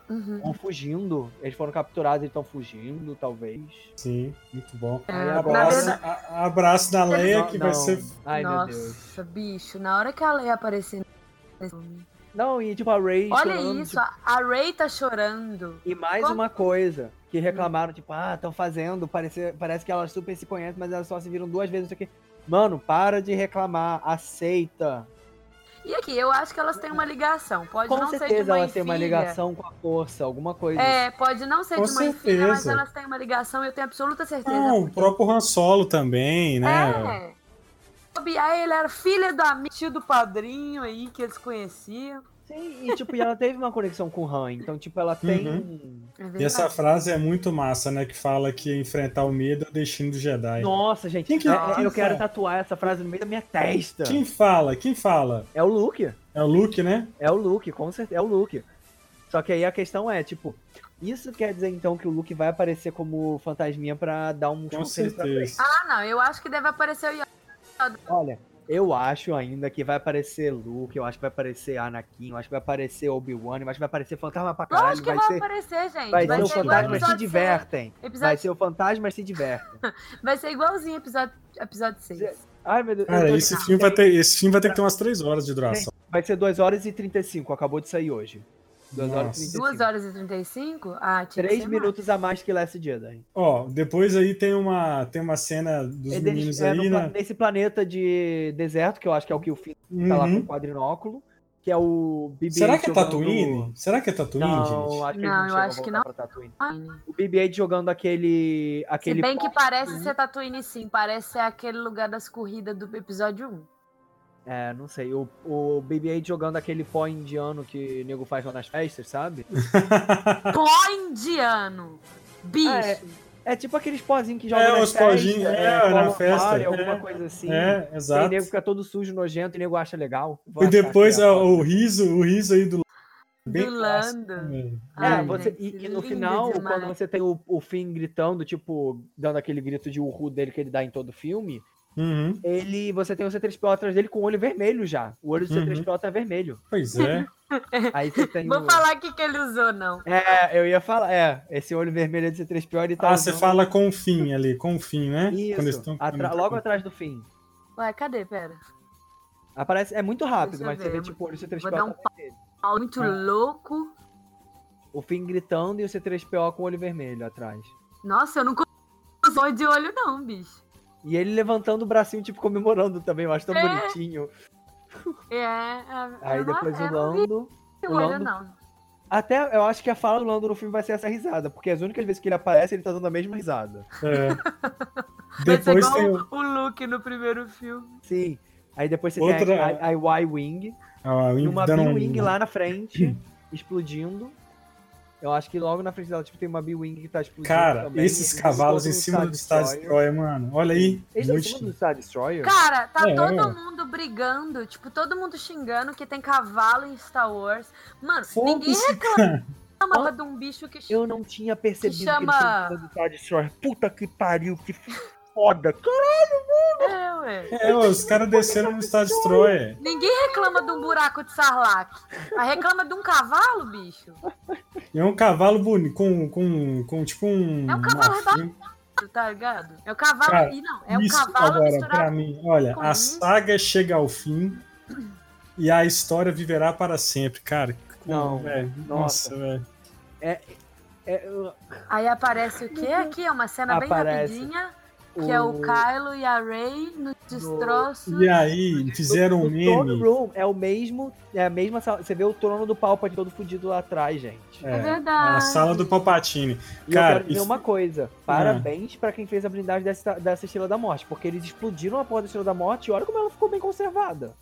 B: Uhum.
C: Estão fugindo. Eles foram capturados, eles estão fugindo, talvez.
A: Sim, muito bom.
C: Aí
A: Abraço,
B: É, verdade-
A: a- abraço da Leia, que vai
C: não.
A: ser.
C: Ai, meu Deus.
B: Nossa, bicho, na hora que a Leia aparecer. nesse filme,
C: Não, e tipo, a Ray
B: Olha
C: chorando,
B: isso,
C: tipo,
B: a- a Ray tá chorando.
C: E mais
B: Como?
C: uma coisa
B: Hum.
C: que reclamaram, tipo, ah, estão fazendo, parece, parece que elas super se conhecem, mas elas só se viram duas vezes, não sei o quê. Mano, para de reclamar, aceita.
B: E aqui, eu acho que elas têm uma ligação. Pode
C: Com
B: não ser de
C: certeza
B: mãe
C: elas
B: e
C: têm uma
B: filha.
C: ligação com a força, alguma coisa. assim.
B: É, pode não ser
A: Com
B: de mãe e filha, mas
A: certeza.
B: elas têm uma ligação, eu tenho absoluta certeza.
A: Não, o
B: porque-
A: próprio Han Solo também, né?
B: É. Bob, aí ele era filha do amigo, tio do padrinho aí, que eles conheciam.
C: Sim, e tipo, e ela teve uma conexão com o Han, então, tipo, ela tem.
B: É
A: E essa
B: verdade.
A: frase é muito massa, né? Que fala que enfrentar o medo é o destino do Jedi.
C: Nossa, gente,
A: Quem que-
C: é-
A: quem
C: eu quero
A: fala?
C: tatuar essa frase no meio da minha testa.
A: Quem fala? Quem fala?
C: É o Luke.
A: É o Luke, né?
C: É o Luke, com certeza. É o Luke. Só que aí a questão é, tipo, isso quer dizer então que o Luke vai aparecer como fantasminha pra dar um
A: Com
C: conselho pra frente.
A: certeza.
B: Ah, não, eu acho que deve aparecer o Yoda.
C: Olha, eu acho ainda que vai aparecer Luke, eu acho que vai aparecer Anakin, eu acho que vai aparecer Obi-Wan, eu acho que vai aparecer fantasma pra caralho.
B: Lógico que
C: vai
B: vai
C: ser,
B: aparecer, gente.
C: vai ser um o
A: ser igual
C: fantasma
B: episódio
C: se divertem.
B: seis. Episódio-
C: Vai ser o fantasma se divertem.
B: vai ser igualzinho episódio, episódio 6.
C: Ai, meu Deus. eu
A: Cara,
C: tô-
A: esse filme, vai ter, esse filme vai ter que ter umas três horas de duração.
C: Vai ser 2 horas e 35, acabou de sair hoje. 2 horas e
A: Nossa.
C: 35.
B: 2 horas e 35? Ah, tinha que
C: 3
B: ser
C: minutos a mais que Last Jedi.
A: Ó, depois aí tem uma, tem uma cena dos
C: É
A: meninos
C: deles- é, no
A: aí,
C: pla-
A: né?
C: Nesse planeta de deserto, que eu acho que é o que o Finn tá lá com o
A: Uhum.
C: quadrinóculo, que é o BB-8
A: Será que é
C: jogando-
A: Tatooine? Será que é Tatooine,
C: Não,
A: gente?
C: acho que
B: Não,
C: ele
B: eu
C: não,
B: acho que
C: não.
B: não. mais.
C: O BB-8 jogando aquele...
B: Se
C: aquele
B: bem que
C: pó-
B: parece ser Tatooine sim, parece ser aquele lugar das corridas do episódio 1.
C: É, não sei. O, o BB-8 jogando aquele pó indiano que o nego faz lá nas festas, sabe?
B: Pó indiano! Bicho!
C: Ah, é. É tipo aqueles pozinhos que jogam
A: É,
C: nas
A: os pozinhos,
C: festas,
A: é,
C: cola
A: na
C: no
A: festa,
C: armário,
A: é.
C: alguma coisa assim.
A: É,
C: E o
A: exato.
C: nego fica todo sujo, nojento, e o nego acha legal. Vou
A: E
C: achar é
A: depois
C: aqui,
A: ó,
C: ó.
A: o riso, o riso aí do bem
B: do
A: clássico,
B: Lando.
A: né?
C: É,
B: Ai,
C: você,
B: gente,
C: e, e no
B: lindo
C: final,
B: demais.
C: quando você tem o, o Finn gritando, tipo, dando aquele grito de urru dele que ele dá em todo filme,
A: Uhum.
C: ele você tem o C3PO atrás dele com o olho vermelho já. O olho do
A: Uhum.
C: C3PO tá vermelho.
A: Pois é.
C: Aí você tem
B: Vou
C: o-
B: falar o que, que ele usou, não.
C: É, eu ia falar, é, esse olho vermelho é do C3PO, ele tá
A: Ah, você
C: usando-
A: fala com o fim ali, com o fim, né?
C: Isso,
A: eles tão- É.
C: atra-
A: quando-
C: logo atrás do fim.
B: Ué, cadê? Pera.
C: Aparece, é muito rápido,
B: Deixa eu
C: mas você
B: ver,
C: vê
B: eu
C: tipo o olho do
B: Vou
C: C3PO.
B: dar um
C: tá-
B: pau muito
C: É.
B: louco.
C: O fim gritando e o C3PO com o olho vermelho atrás.
B: Nossa, eu não consigo de olho, não, bicho.
C: E ele levantando o bracinho, tipo, comemorando também, eu acho tão
B: É.
C: bonitinho.
B: É. é,
C: Aí
B: eu não-
C: depois
B: eu
C: o
B: não vi
C: Lando.
B: de
C: o
B: olho,
C: Lando-
B: não.
C: Até eu acho que a fala do Lando no filme vai ser essa risada, porque as únicas vezes que ele aparece, ele tá dando a mesma risada.
A: É.
B: Vai ser
A: Depois
B: igual
A: tem o.
B: o Luke no primeiro filme.
C: Sim. Aí depois você tem
A: Outra-
C: a- a, a Y-Wing,
A: Ah,
C: e uma
A: dando um-
C: B-Wing lá na frente, explodindo. Eu acho que logo na frente dela, tipo, tem uma B-Wing que tá explodindo
A: Cara,
C: também,
A: esses
C: e eles
A: cavalos
C: colocam
A: em
C: um
A: cima
C: Star
A: do Star
C: Destroyer.
A: Destroyer, mano. Olha aí.
C: Eles estão em cima do
A: Muito...
C: Star Destroyer?
B: Cara, tá
A: É.
B: todo mundo brigando. Tipo, todo mundo xingando que tem cavalo em Star Wars. Mano, ninguém
A: Foda-se, cara.
B: reclama de um bicho que
C: Eu não tinha percebido
B: Que
C: que,
B: chama-
C: eles estão em cima do Star Destroyer. Puta que pariu, que foda.
B: É, ué.
A: É, ó, os caras desceram no Star Destroyer.
B: Ninguém reclama de um buraco de sarlac. Mas reclama de um cavalo, bicho.
A: E é um cavalo bonito, com, com, com tipo um.
B: É um cavalo
A: marfim.
B: Tá ligado? É o cavalo.
A: Cara,
B: e não, é um
A: Isso
B: cavalo
A: agora,
B: misturado
A: pra mim, olha,
B: com
A: a
B: isso.
A: saga chega ao fim e a história viverá para sempre, cara.
C: Não,
A: velho.
C: nossa.
A: Nossa, velho.
C: É, eu-
B: Aí aparece o quê? Aqui é uma cena
C: Aparece
B: bem rapidinha, que é o Kylo e a Rey nos destroços.
A: E aí, fizeram um
C: o Throne
A: meme.
C: Room é o mesmo, é a mesma sala. Você vê o trono do Palpatine todo fudido lá atrás, gente.
B: É
A: É,
B: verdade.
A: a sala do Palpatine.
C: E
A: Cara,
C: eu quero dizer
A: isso- Ah.
C: uma coisa. Parabéns pra quem fez a blindagem dessa, dessa Estrela da Morte, porque eles explodiram a porta da Estrela da Morte e olha como ela ficou bem conservada.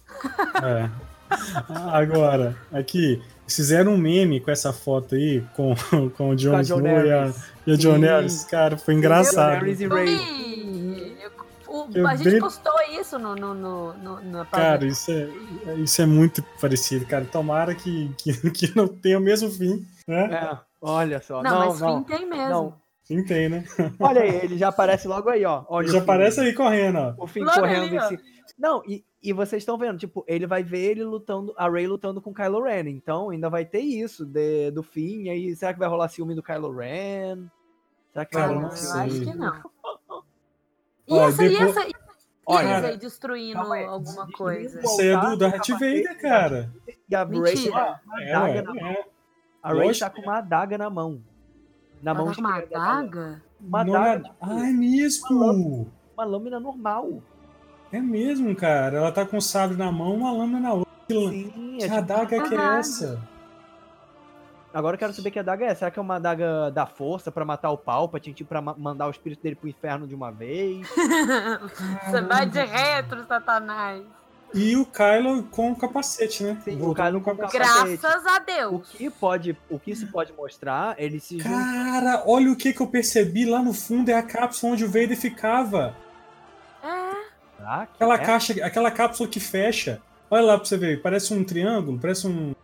A: É. Agora, aqui, fizeram um meme com essa foto aí, com, com o Jon
C: Com a
A: Snow
C: John
A: e a,
C: Harris.
A: e a John
C: Sim.
A: Harris. Cara, foi engraçado.
C: Harris e
B: Eu
C: Ray.
B: vi. Eu- o-
A: Eu
B: a gente
A: bem-
B: postou isso no, no, no, no- na
A: Cara,
B: página.
A: isso é, isso é muito parecido, cara. Tomara que, que, que não tenha o mesmo fim, né?
C: É, olha só.
B: não,
C: Não, não.
B: mas fim tem mesmo.
C: não.
A: Fim tem, né?
C: Olha aí, ele já aparece logo aí, ó. Olha
A: Ele
C: o
A: já
C: fim.
A: aparece aí correndo, ó.
C: O fim
B: Logo
C: correndo
B: ali,
C: em
B: ó.
C: si. Não, e, e vocês estão vendo, tipo, ele vai ver ele lutando, a Ray lutando com Kylo Ren. Então ainda vai ter isso de- do fim. e Aí será que vai rolar ciúme do Kylo Ren? Será que
A: Cara,
C: vai
B: eu
A: não
C: rolar um
A: sei.
B: acho que não. E
A: Ó,
B: essa, e
A: depois-
B: essa, e
C: Olha,
B: eles aí
A: cara,
B: destruindo
C: calma aí.
B: alguma coisa.
A: Isso aí é do Darth Vader, cara.
C: E a Ray
B: Mentira.
C: tá com uma
A: É,
C: adaga
A: ué,
C: na
A: é.
C: A Ray
A: Lógico.
C: tá com uma adaga na mão. Na
B: Ela
C: mão
B: tá com uma
C: esquerda. dela.
B: adaga?
C: Uma
A: Não
C: adaga,
A: é-
C: tipo,
A: Ah, é mesmo!
C: uma lâmina normal.
A: É mesmo, cara. Ela tá com o sabre na mão, uma lâmina na outra. Que lã-
C: Sim, é
A: que
C: tipo-
A: adaga que é
B: verdade.
A: essa?
C: Agora eu quero saber que adaga é. Será que é uma adaga da força pra matar o Palpatine, tipo, pra ma- mandar o espírito dele pro inferno de uma vez?
B: Você vai de retro, Satanás.
A: E o Kylo com o capacete, né?
C: Sim,
A: Voltou
C: o Kylo
A: com o
C: com o
A: capacete.
C: Capacete.
B: Graças a
C: O
B: Deus.
C: que pode, o que isso pode mostrar? Ele se junta.
A: Cara, olha o que, que eu percebi lá no fundo é a cápsula onde o Vader ficava.
B: É,
C: Será que
A: Aquela
C: é?
A: caixa, aquela cápsula que fecha. Olha lá pra você ver, parece um triângulo, parece um.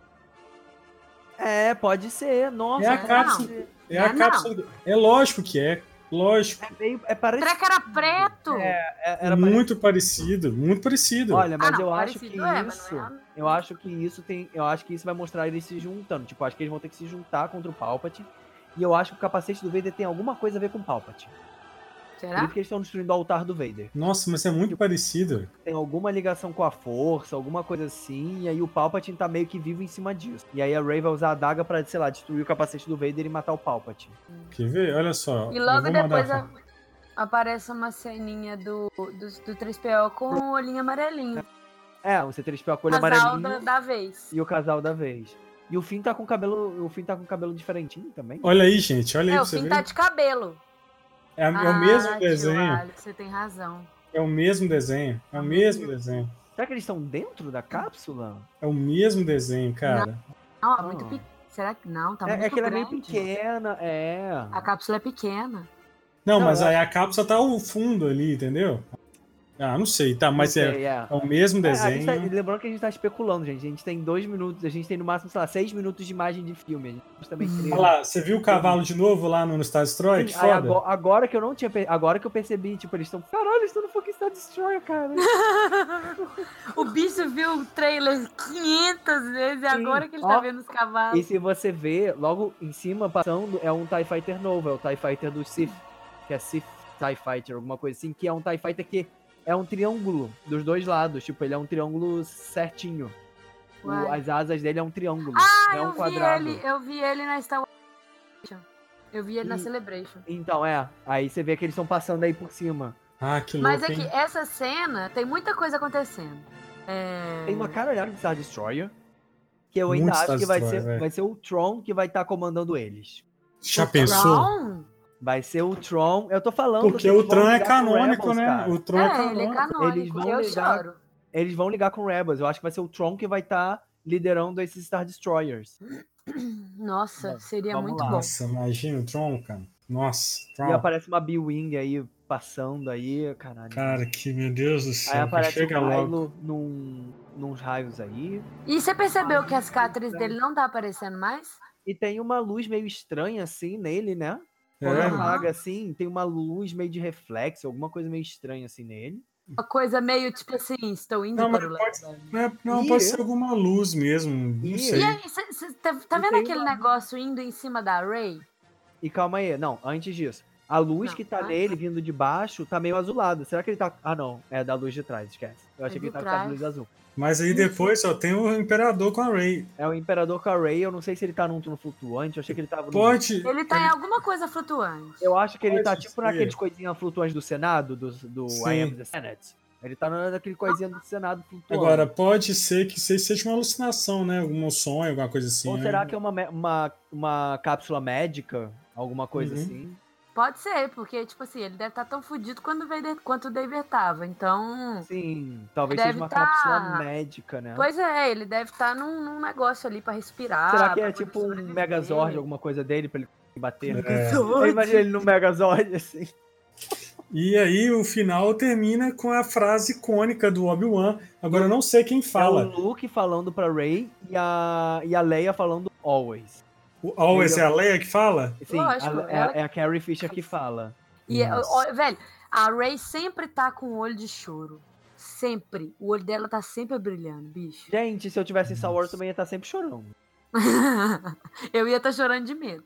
C: É, pode ser. Nossa.
A: É a
C: pode
A: cápsula.
C: ser.
A: É
B: Ah,
A: a
B: não.
A: cápsula. É lógico que é. Lógico.
C: É meio, é parecido.
B: será que era preto?
C: É, era parecido.
A: muito parecido, muito parecido.
C: Olha, mas
B: Ah, não,
C: eu acho que
B: parecido é, mas
C: isso,
B: não é.
C: eu acho que isso tem, eu acho que isso vai mostrar eles se juntando. Tipo, acho que eles vão ter que se juntar contra o Palpatine. E eu acho que o capacete do Vader tem alguma coisa a ver com o Palpatine. Por
B: Será?
C: isso que eles estão destruindo o altar do Vader.
A: Nossa, mas é muito parecido.
C: tem alguma ligação com a força, alguma coisa assim, e aí o Palpatine tá meio que vivo em cima disso. E aí a Rey vai usar a adaga pra, sei lá, destruir o capacete do Vader e matar o Palpatine.
A: Quer ver? Olha só.
B: E
A: eu
B: logo
A: vou mandar
B: depois
A: a
B: a- aparece uma ceninha do, do, do 3PO com o olhinho amarelinho.
C: É, um C3PO com
B: Casal
C: olho
B: da,
C: amarelinho
B: da vez.
C: e o casal da vez. E o Finn tá com cabelo, o Finn tá com cabelo diferentinho também.
A: Olha aí, gente. Olha aí
B: É,
A: pra
B: o
A: você
B: fim
A: ver.
B: tá de cabelo.
A: É, a- é o
B: Ah,
A: mesmo
B: tio
A: desenho.
B: Alex, você tem razão.
A: É o mesmo desenho. É o mesmo desenho.
C: Será que eles estão dentro da cápsula?
A: É o mesmo desenho, cara.
B: Não, é
C: Ah.
B: muito pequeno. Será que não? Tá
C: é,
B: muito
C: é que ela é meio
B: grande. né?
C: pequena, é.
B: A cápsula é pequena.
A: Não,
C: Não,
A: mas
C: eu
A: aí a cápsula tá ao fundo ali, entendeu? Ah, não sei, tá, mas
C: Não
A: é,
C: sei, é.
A: é o mesmo
C: É, a gente
A: desenho.
C: tá- lembrando que a gente tá especulando, gente. A gente tem dois minutos, a gente tem no máximo, sei lá, seis minutos de imagem de filme. A gente também cria.
A: Olha lá, você viu o cavalo de novo lá no, no Star Destroy? Que
C: Aí
A: foda.
C: agora, agora que eu não tinha. pe- Agora que eu percebi, tipo, eles estão. Caralho, eles estão no fucking Star Destroyer, cara.
B: O bicho viu o trailer 500 vezes e agora que ele tá
C: Ó,
B: vendo os cavalos.
C: e se você vê, logo em cima, passando, é um TIE Fighter novo, é o TIE Fighter do Sith. Que é Sith TIE Fighter, alguma coisa assim, que é um TIE Fighter que é um triângulo dos dois lados. Tipo, ele é um triângulo certinho. O-
B: Uai.
C: as asas dele é um triângulo.
B: Ah,
C: não é um
B: eu
C: quadrado.
B: vi ele, eu vi ele na Star Wars. Eu vi ele na
C: Hum.
B: Celebration.
C: Então, é. Aí você vê que eles estão passando aí por cima.
A: Ah, que louco,
B: Mas é que
A: hein?
B: essa cena tem muita coisa acontecendo. É...
C: Tem uma caralhada de Star Destroyer. Que eu ainda
A: Muito
C: acho
A: Star
C: que vai
A: Destroyer, é.
C: ser,
A: velho.
C: vai ser o Tron que vai estar comandando eles.
A: Já
B: O
A: pensou?
B: Tron?
C: Vai ser o Tron. Eu tô falando.
A: Porque
C: eles
A: o
C: vão
A: Tron é
C: ligar com
A: canônico,
C: Rebels,
A: né?
C: cara.
A: O Tron é,
B: É, ele é
A: canônico.
B: canônico.
C: Eles vão
B: eu
C: ligar-
B: choro.
C: Eles vão ligar com Rebels. Eu acho que vai ser o Tron que vai estar liderando esses Star Destroyers.
B: Nossa,
C: Bom,
B: seria
C: vamos
B: muito
C: lá.
B: bom.
A: Nossa, imagina o Tron, cara. Nossa,
C: E
A: Tron.
C: aparece uma B-Wing aí passando aí. Caralho.
A: Cara, que meu Deus do
C: aí
A: céu. que
C: aparece o
A: Chega logo.
C: Kylo num, nos raios aí.
B: E você
C: Ah,
B: percebeu que as cicatriz dele não tá aparecendo mais?
C: E tem uma luz meio estranha assim nele, né? Quando
A: É,
B: Aham.
C: apaga assim, tem uma luz meio de reflexo, alguma coisa meio estranha assim nele.
B: Uma coisa meio tipo assim, estou indo
A: Não, mas
B: para o
A: pode-
B: lado.
A: né? Não,
C: Ih,
A: pode
C: eu-
A: ser alguma luz mesmo. Não
C: Ih,
A: sei.
B: E aí, cê, cê tá, tá
C: E
B: vendo
C: tem
B: aquele negócio indo em cima da Ray?
C: E calma aí, não, antes disso. A luz
B: Não,
C: que tá
B: tá.
C: nele, vindo de baixo, tá meio azulada. Será que ele tá. Ah, não, é da luz de trás, esquece. Eu achei
B: É
C: que ele
B: de
C: tava com a
B: trás.
C: luz azul.
A: Mas aí depois só tem o Imperador com a Rey.
C: É o Imperador Carrey, eu não sei se ele tá num turno flutuante, eu achei que ele tava num-
A: Pode.
B: Ele tá em alguma coisa flutuante.
C: Eu acho que ele tá
A: Pode
C: tipo
A: ser.
C: naqueles coisinhas flutuantes do Senado, do, do I am
A: Sim.
C: the Senate. Ele tá na- naquele coisinha do Senado flutuante.
A: Agora, pode ser que se- seja uma alucinação, né? Algum sonho, alguma coisa assim.
C: Ou
A: né?
C: será que é uma, me- uma, uma cápsula médica, alguma coisa
A: Uhum.
C: assim?
B: Pode ser, porque, tipo assim, ele deve estar tão fudido quanto o Vader, quanto o David tava. Então.
C: Sim, talvez
B: Deve
C: seja uma
B: tá-
C: cápsula médica, né?
B: Pois é, ele deve estar num, num negócio ali pra respirar.
C: Será que é
B: pra
C: tipo
B: poder
C: um
B: sobreviver.
C: Megazord, alguma coisa dele pra ele bater?
A: É.
C: Eu imagino ele no Megazord, assim.
A: E aí o final termina com a frase icônica do Obi-Wan. Agora eu não sei quem
C: É
A: fala.
C: o Luke falando pra Ray e a, e a Leia falando always.
A: O Always é a Leia que fala?
C: Sim,
B: Lógico,
C: a- é,
B: ela-
C: é a Carrie Fisher que fala.
B: E,
A: Nossa.
B: ó, velho, a Ray sempre tá com o olho de choro. Sempre. O olho dela tá sempre brilhando, bicho.
C: Gente, se eu tivesse em Star Wars, eu também ia estar sempre chorando.
B: eu ia estar chorando de medo.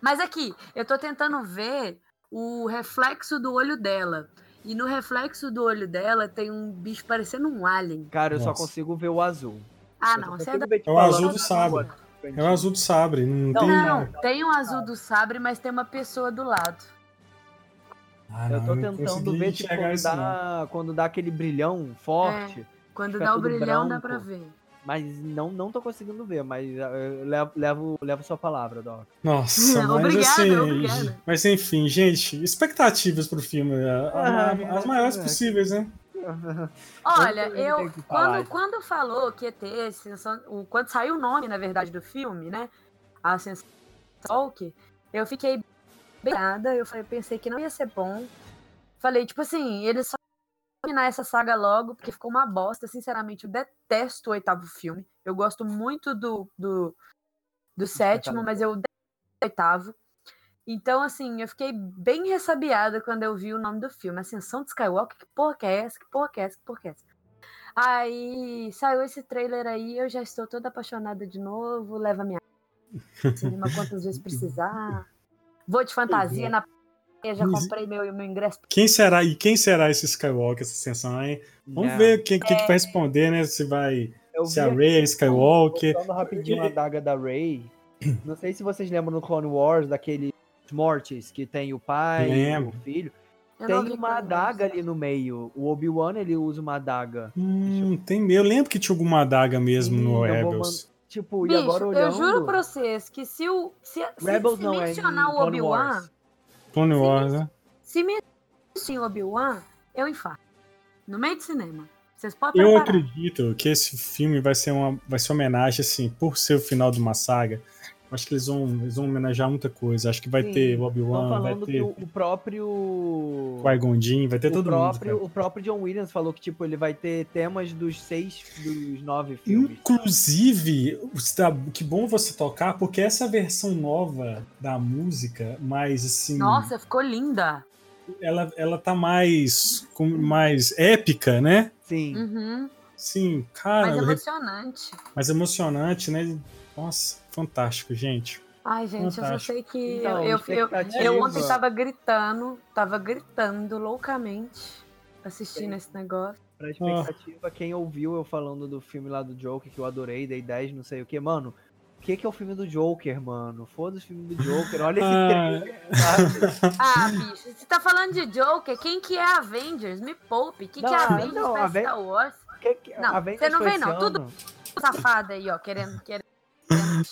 B: Mas aqui, eu tô tentando ver o reflexo do olho dela. E no reflexo do olho dela tem um bicho parecendo um alien.
C: Cara, eu só
A: Nossa.
C: consigo ver o azul.
B: Ah,
C: Eu só
B: não, você é
C: consigo
B: da...
C: ver, tipo,
A: É o
C: a
A: azul
C: Lana
A: do sabre.
C: Lovegood.
A: É o azul do sabre. Não,
C: Não,
A: tem
B: Não,
A: nada.
B: tem um azul do sabre, mas tem uma pessoa do lado.
A: Ah,
C: Eu
A: não,
C: tô
A: não
C: tentando
A: consegui
C: ver tipo,
A: enxergar
C: quando,
A: isso, não.
C: dá, quando dá aquele brilhão
B: É.
C: forte.
B: Quando
C: Fica
B: dá o
C: tudo
B: brilhão, dá
C: branco.
B: pra ver.
C: Mas não, não tô conseguindo ver, mas eh, eu levo, levo, levo sua palavra, Doc.
A: Nossa, mas
B: Obrigada,
A: assim.
B: obrigada.
A: Mas enfim, gente, expectativas pro filme. a- a-
C: Ah,
A: as maiores
C: é.
A: possíveis, né?
B: Olha,
C: também
B: eu.
C: tenho que falar.
B: Quando, quando falou que ET, Ascensão- o- quando saiu o nome, na verdade, do filme, né? A Ascensão Stalker, eu fiquei beirada. Eu falei, pensei que não ia ser bom. Falei, tipo assim, eles só vão terminar essa saga logo, porque ficou uma bosta. Sinceramente, eu detesto o oitavo filme. Eu gosto muito do, do, do sétimo,
C: oitavo.
B: mas eu detesto o oitavo. Então, assim, eu fiquei bem ressabiada quando eu vi o nome do filme. Ascensão de Skywalker, que porra que é essa? Que porra que é essa? Que porra que é essa? Aí saiu esse trailer aí, eu já estou toda apaixonada de novo. Leva minha ao cinema quantas vezes precisar. Vou de fantasia na praia, já
A: Mas-
B: comprei meu, meu ingresso.
A: Quem será e quem será esse Skywalker, essa ascensão, hein? Vamos
C: Né?
A: ver quem, quem que vai responder, né? Se vai.
C: Eu
A: Se a
C: vi
A: Rey é Skywalker.
C: Voltando rapidinho a adaga da Ray. Não sei se vocês lembram no Clone Wars daqueles mortes que tem o pai,
A: Lembro.
C: o filho.
B: Eu não
C: tem
B: vi
C: uma
B: como
C: adaga
B: isso.
C: ali no meio. O Obi-Wan ele usa uma adaga.
A: Hum, tem meio. Eu lembro que tinha alguma adaga mesmo
C: Sim, eu
A: no
C: vou
A: Rebels.
C: Tipo, e
B: Bicho,
C: agora olhando.
B: eu juro pra vocês que se, o, se, se,
C: Rebels
B: se
C: não é em
B: mencionar o
C: Clone
B: Obi-Wan,
C: Wars.
A: Clone Wars, né?
B: se mencionar o Obi-Wan, eu infarto. No meio do cinema. Vocês podem
A: Eu
B: preparar.
A: acredito que esse filme vai ser uma vai ser uma homenagem assim, por ser o final de uma saga. Acho que eles vão, eles vão homenagear muita coisa. Acho que vai
C: Sim,
A: ter o
C: Estão
A: Obi-Wan, vai
C: falando que
A: ter
C: o,
A: o
C: o próprio.
A: Qui-Gon Jinn, vai ter
C: o
A: todo
C: próprio,
A: mundo. né?
C: o próprio John Williams falou que, tipo, ele vai ter temas dos seis, dos nove
A: cara.
C: filmes.
A: Inclusive, está- que bom você tocar, porque essa versão nova da música, mais assim,
B: Nossa, ficou linda.
A: ela, ela tá mais, com, mais épica, né?
C: Sim.
B: Uhum.
A: Sim, cara,
B: Mas
A: eu re-
B: emocionante.
A: mais emocionante, né? Nossa, fantástico, gente.
B: Ai, gente, eu só
A: Fantástico.
B: sei que
C: Então,
B: eu, eu,
C: expectativa.
B: eu, eu ontem tava gritando, tava gritando loucamente assistindo esse negócio.
A: Ah.
C: Pra expectativa, quem ouviu eu falando do filme lá do Joker, que eu adorei, dei 10, não sei o que, mano. O que, que é o filme do Joker, mano? Foda-se o filme do Joker. Olha esse
A: Ah.
C: trailer, sabe?
B: Ah, bicho, você tá falando de Joker? Quem que é Avengers? Me poupe. Quem que é
C: Não,
B: Avengers
C: não,
B: pra
C: Aven-
B: Star Wars?
C: Que que-
B: Não,
C: Avengers
B: você não
C: foi
B: vê, não.
C: esse
B: Tudo-
C: ano?
B: Safada aí, ó, querendo, querendo.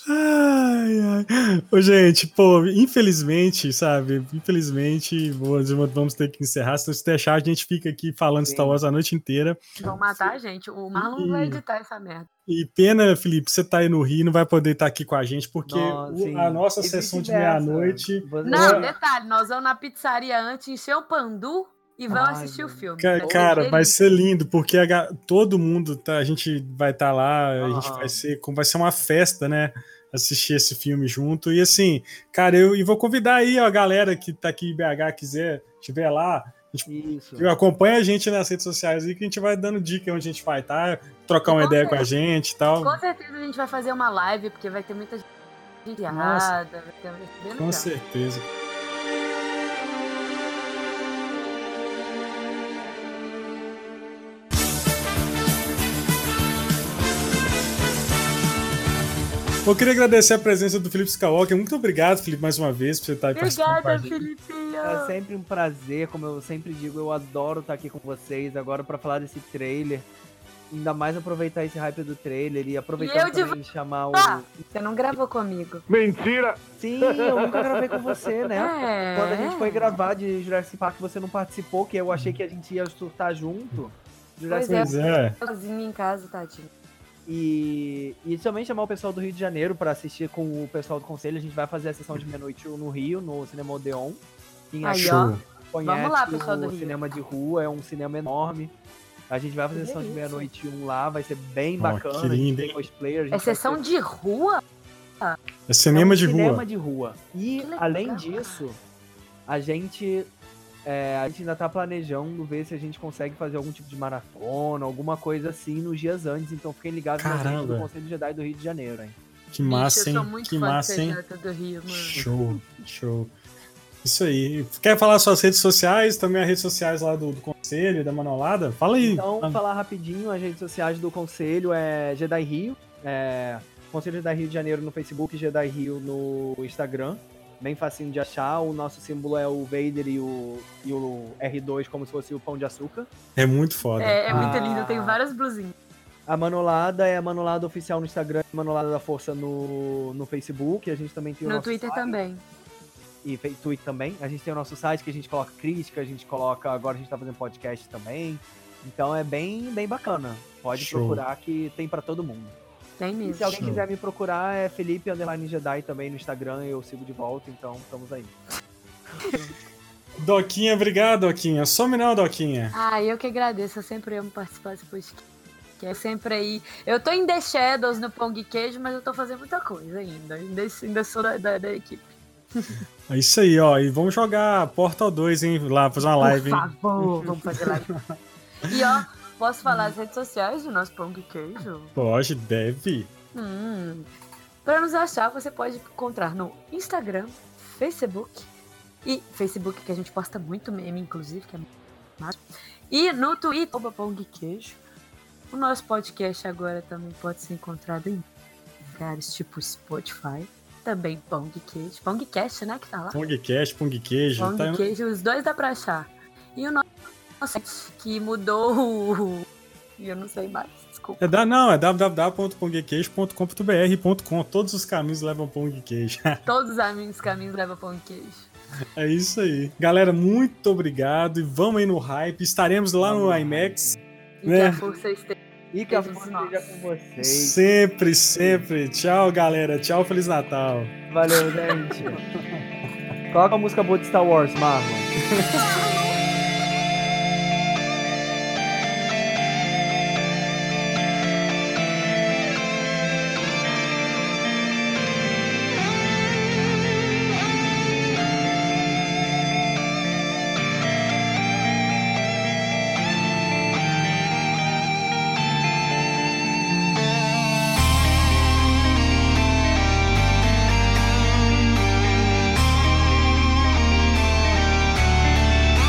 A: Ai, ai. Ô, gente, pô, infelizmente, sabe? Infelizmente, vou- vamos ter que encerrar. Se não deixar, a gente fica aqui falando
C: Sim.
A: Star Wars a noite inteira.
B: Vão matar a gente. O Marlon vai editar essa merda.
A: E pena, Felipe, você tá aí no Rio e não vai poder estar aqui com a gente, porque
C: Não,
A: o-
C: sim.
A: a nossa
C: E
A: sessão de
C: vice-versa.
A: meia-noite.
C: Você-
B: Não,
A: Ué.
B: detalhe, nós vamos na pizzaria antes, encher o pandu e vamos
C: Ai,
B: assistir o
C: mano.
B: filme.
A: Ca-
B: Vai ser
C: é
A: Cara, vai
B: delícia.
A: ser lindo, porque a ga- todo mundo, tá, a gente vai estar lá, a gente
C: Aham.
A: vai ser, como- vai ser uma festa, né? Assistir esse filme junto. E assim, cara, eu e vou convidar aí ó, a galera que tá aqui em BH, quiser, estiver lá,
C: Isso.
A: Então. Acompanha a gente nas redes sociais aí que a gente vai dando dica onde a gente vai estar, trocar uma
B: Com
A: ideia com a
B: certeza.
A: gente e tal.
B: Com certeza a gente vai fazer uma live, porque vai ter muita
A: Nossa.
B: gente errada. Vai ter... vai ser bem
A: Com
B: legal.
A: certeza. Eu queria agradecer a presença do Felipe Skywalker. Muito obrigado, Felipe, mais uma vez, por você estar aí participando com a
B: Obrigada,
A: gente.
B: Felipinho.
C: É sempre um prazer, como eu sempre digo, eu adoro estar aqui com vocês agora pra falar desse trailer. Ainda mais aproveitar esse hype do trailer e
B: E
C: aproveitar
B: eu de
C: também chamar o.
B: Ah, Você não gravou comigo.
C: Sim, eu nunca gravei com você, né?
B: É.
C: Quando a gente foi gravar de Jurassic Park, você não participou, que eu achei que a gente ia surtar junto. Jurassic
B: Pois
A: Pois é.
B: Sozinho em casa, tadinho.
C: E, e também chamar o pessoal do Rio de Janeiro pra assistir com o pessoal do conselho. A gente vai fazer a sessão de meia-noite no Rio, no Cinema Odeon. Quem
B: Aí,
C: aqui
B: ó.
A: Show.
C: conhece
B: Vamos lá, pessoal do
C: o
B: Rio.
C: cinema de rua, é um cinema enorme. A gente vai fazer a
B: Que
C: sessão de
B: delícia.
C: meia-noite um lá, vai ser bem
A: Ó,
C: bacana.
A: que
C: a gente
A: lindo,
C: tem
A: hein?
C: cosplayer. a gente
B: É
C: vai
B: sessão
C: ter-
B: de rua?
A: É cinema
C: é um
A: de
C: cinema
A: rua.
C: de rua. E
B: Que legal.
C: além disso, a gente é, a gente ainda tá planejando ver se a gente consegue fazer algum tipo de maratona, alguma coisa assim nos dias antes. Então fiquem ligados na gente
A: Caramba.
C: do Conselho Jedi do Rio de Janeiro, hein?
A: Que massa,
B: Bicho, eu
A: hein?
B: sou muito
A: Que
B: fã
A: massa, hein?
B: do CJ do Rio, mano.
A: Show, show. Isso aí. Quer falar suas redes sociais? Também as redes sociais lá do, do Conselho, da Manolada? Fala aí.
C: Então,
A: Ah,
C: falar rapidinho, as redes sociais do Conselho é Jedi Rio, é Conselho Jedi Rio de Janeiro no Facebook, Jedi Rio no Instagram. Bem facinho de achar. O nosso símbolo é o Vader e o, e o R2 como se fosse o pão de açúcar.
A: É muito foda.
B: É, é muito
C: Ah.
B: lindo, eu tenho várias blusinhas.
C: A Manolada é a Manolada Oficial no Instagram, Manolada da Força no, no Facebook. A gente também tem o
B: No
C: nosso
B: Twitter
C: site,
B: também.
C: E fe- Twitter também. A gente tem o nosso site que a gente coloca crítica, a gente coloca. Agora a gente tá fazendo podcast também. Então é bem, bem bacana. Pode
A: Show.
C: procurar que tem pra todo mundo.
B: Tem
C: E
B: mesmo.
C: se alguém
A: Show.
C: quiser me procurar, é Felipe Underline Jedi também no Instagram, eu sigo de volta, então estamos aí.
A: Doquinha, obrigado, Doquinha. Some não, Doquinha.
B: Ah, eu que agradeço. Eu sempre amo participar desse podcast. Que é sempre aí. Eu tô em The Shadows no Pão de Queijo, mas eu tô fazendo muita coisa ainda. Ainda, ainda sou da, da- da equipe.
A: É isso aí, ó. E vamos jogar Portal 2, hein? Lá, fazer uma live,
B: Por
A: hein?
B: favor, vamos fazer live. e ó, posso falar as redes sociais do nosso Pão de Queijo?
A: Pode, deve.
B: Hum. Para nos achar, você pode encontrar no Instagram, Facebook e Facebook, que a gente posta muito meme, inclusive, que é massa. E no Twitter, arroba pão de queijo. O nosso podcast agora também pode ser encontrado em lugares tipo Spotify, também pão de queijo, pão de queijo, né, que tá lá.
A: Pong Cash, Pong Queijo.
B: Pão
A: tá-
B: de queijo, os dois dá pra achar. E o nosso site, que mudou o... Eu não sei mais, desculpa.
A: É da, não, é www.pongqueijo.com.br.com. Todos os caminhos levam ao Pong Queijo.
B: Todos os amigos caminhos levam pão de queijo.
A: É isso aí. Galera, muito obrigado. E vamos aí no hype. Estaremos lá no
C: Vamos lá.
A: IMAX.
B: E
A: né?
B: que a força esteja
C: Ica,
B: Beijos,
C: bom
B: nossa.
C: beijar com vocês.
A: Sempre, sempre. Tchau, galera. Tchau, Feliz Natal.
C: Valeu, gente. Coloca a música boa de Star Wars, Marlon.
F: Thank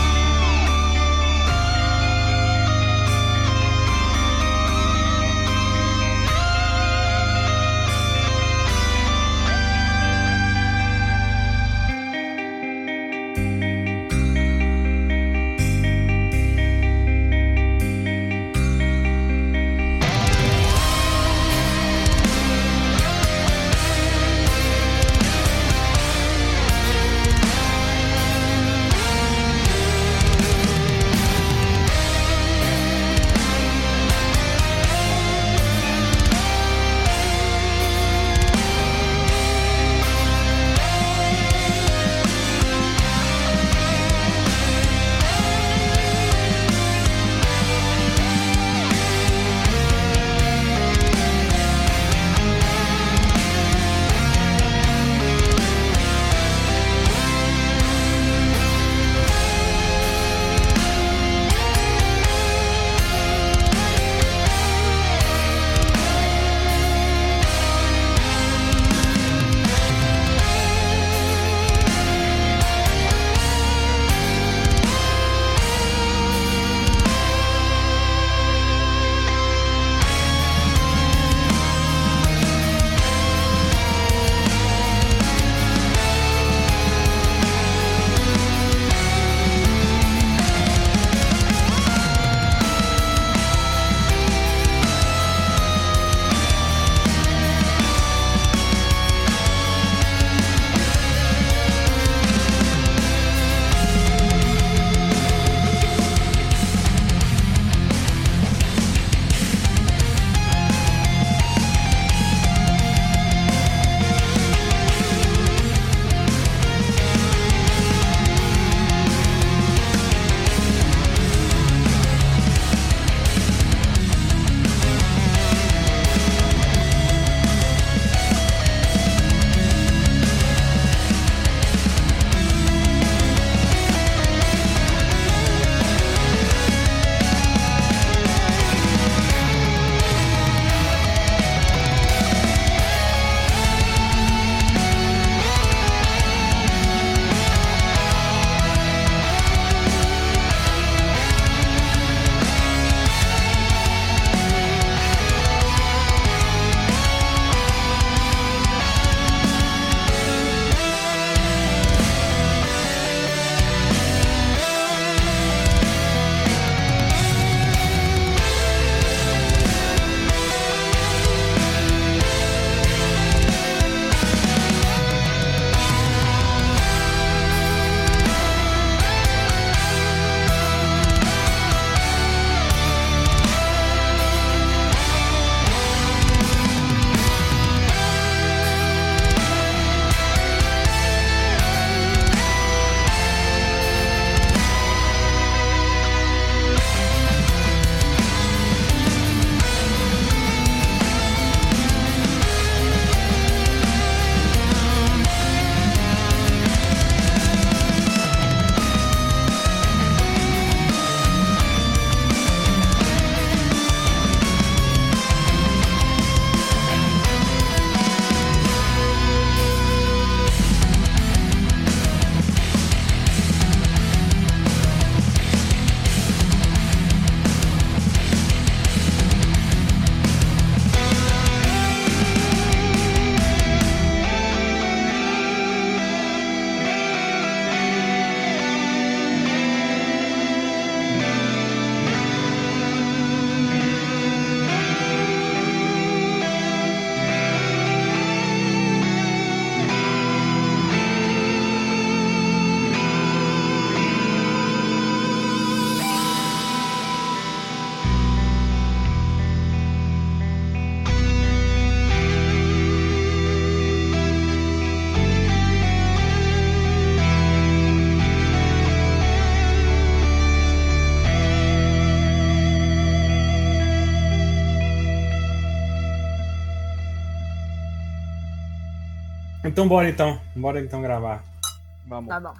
A: Então bora então. Bora então gravar.
C: Vamos.
B: Tá bom.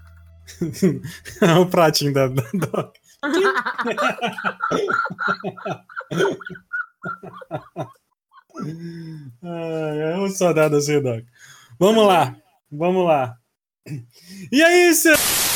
A: o pratinho da, da Doc. Ai, é um saudade assim, Doc. Vamos lá. Vamos lá. E aí, seu...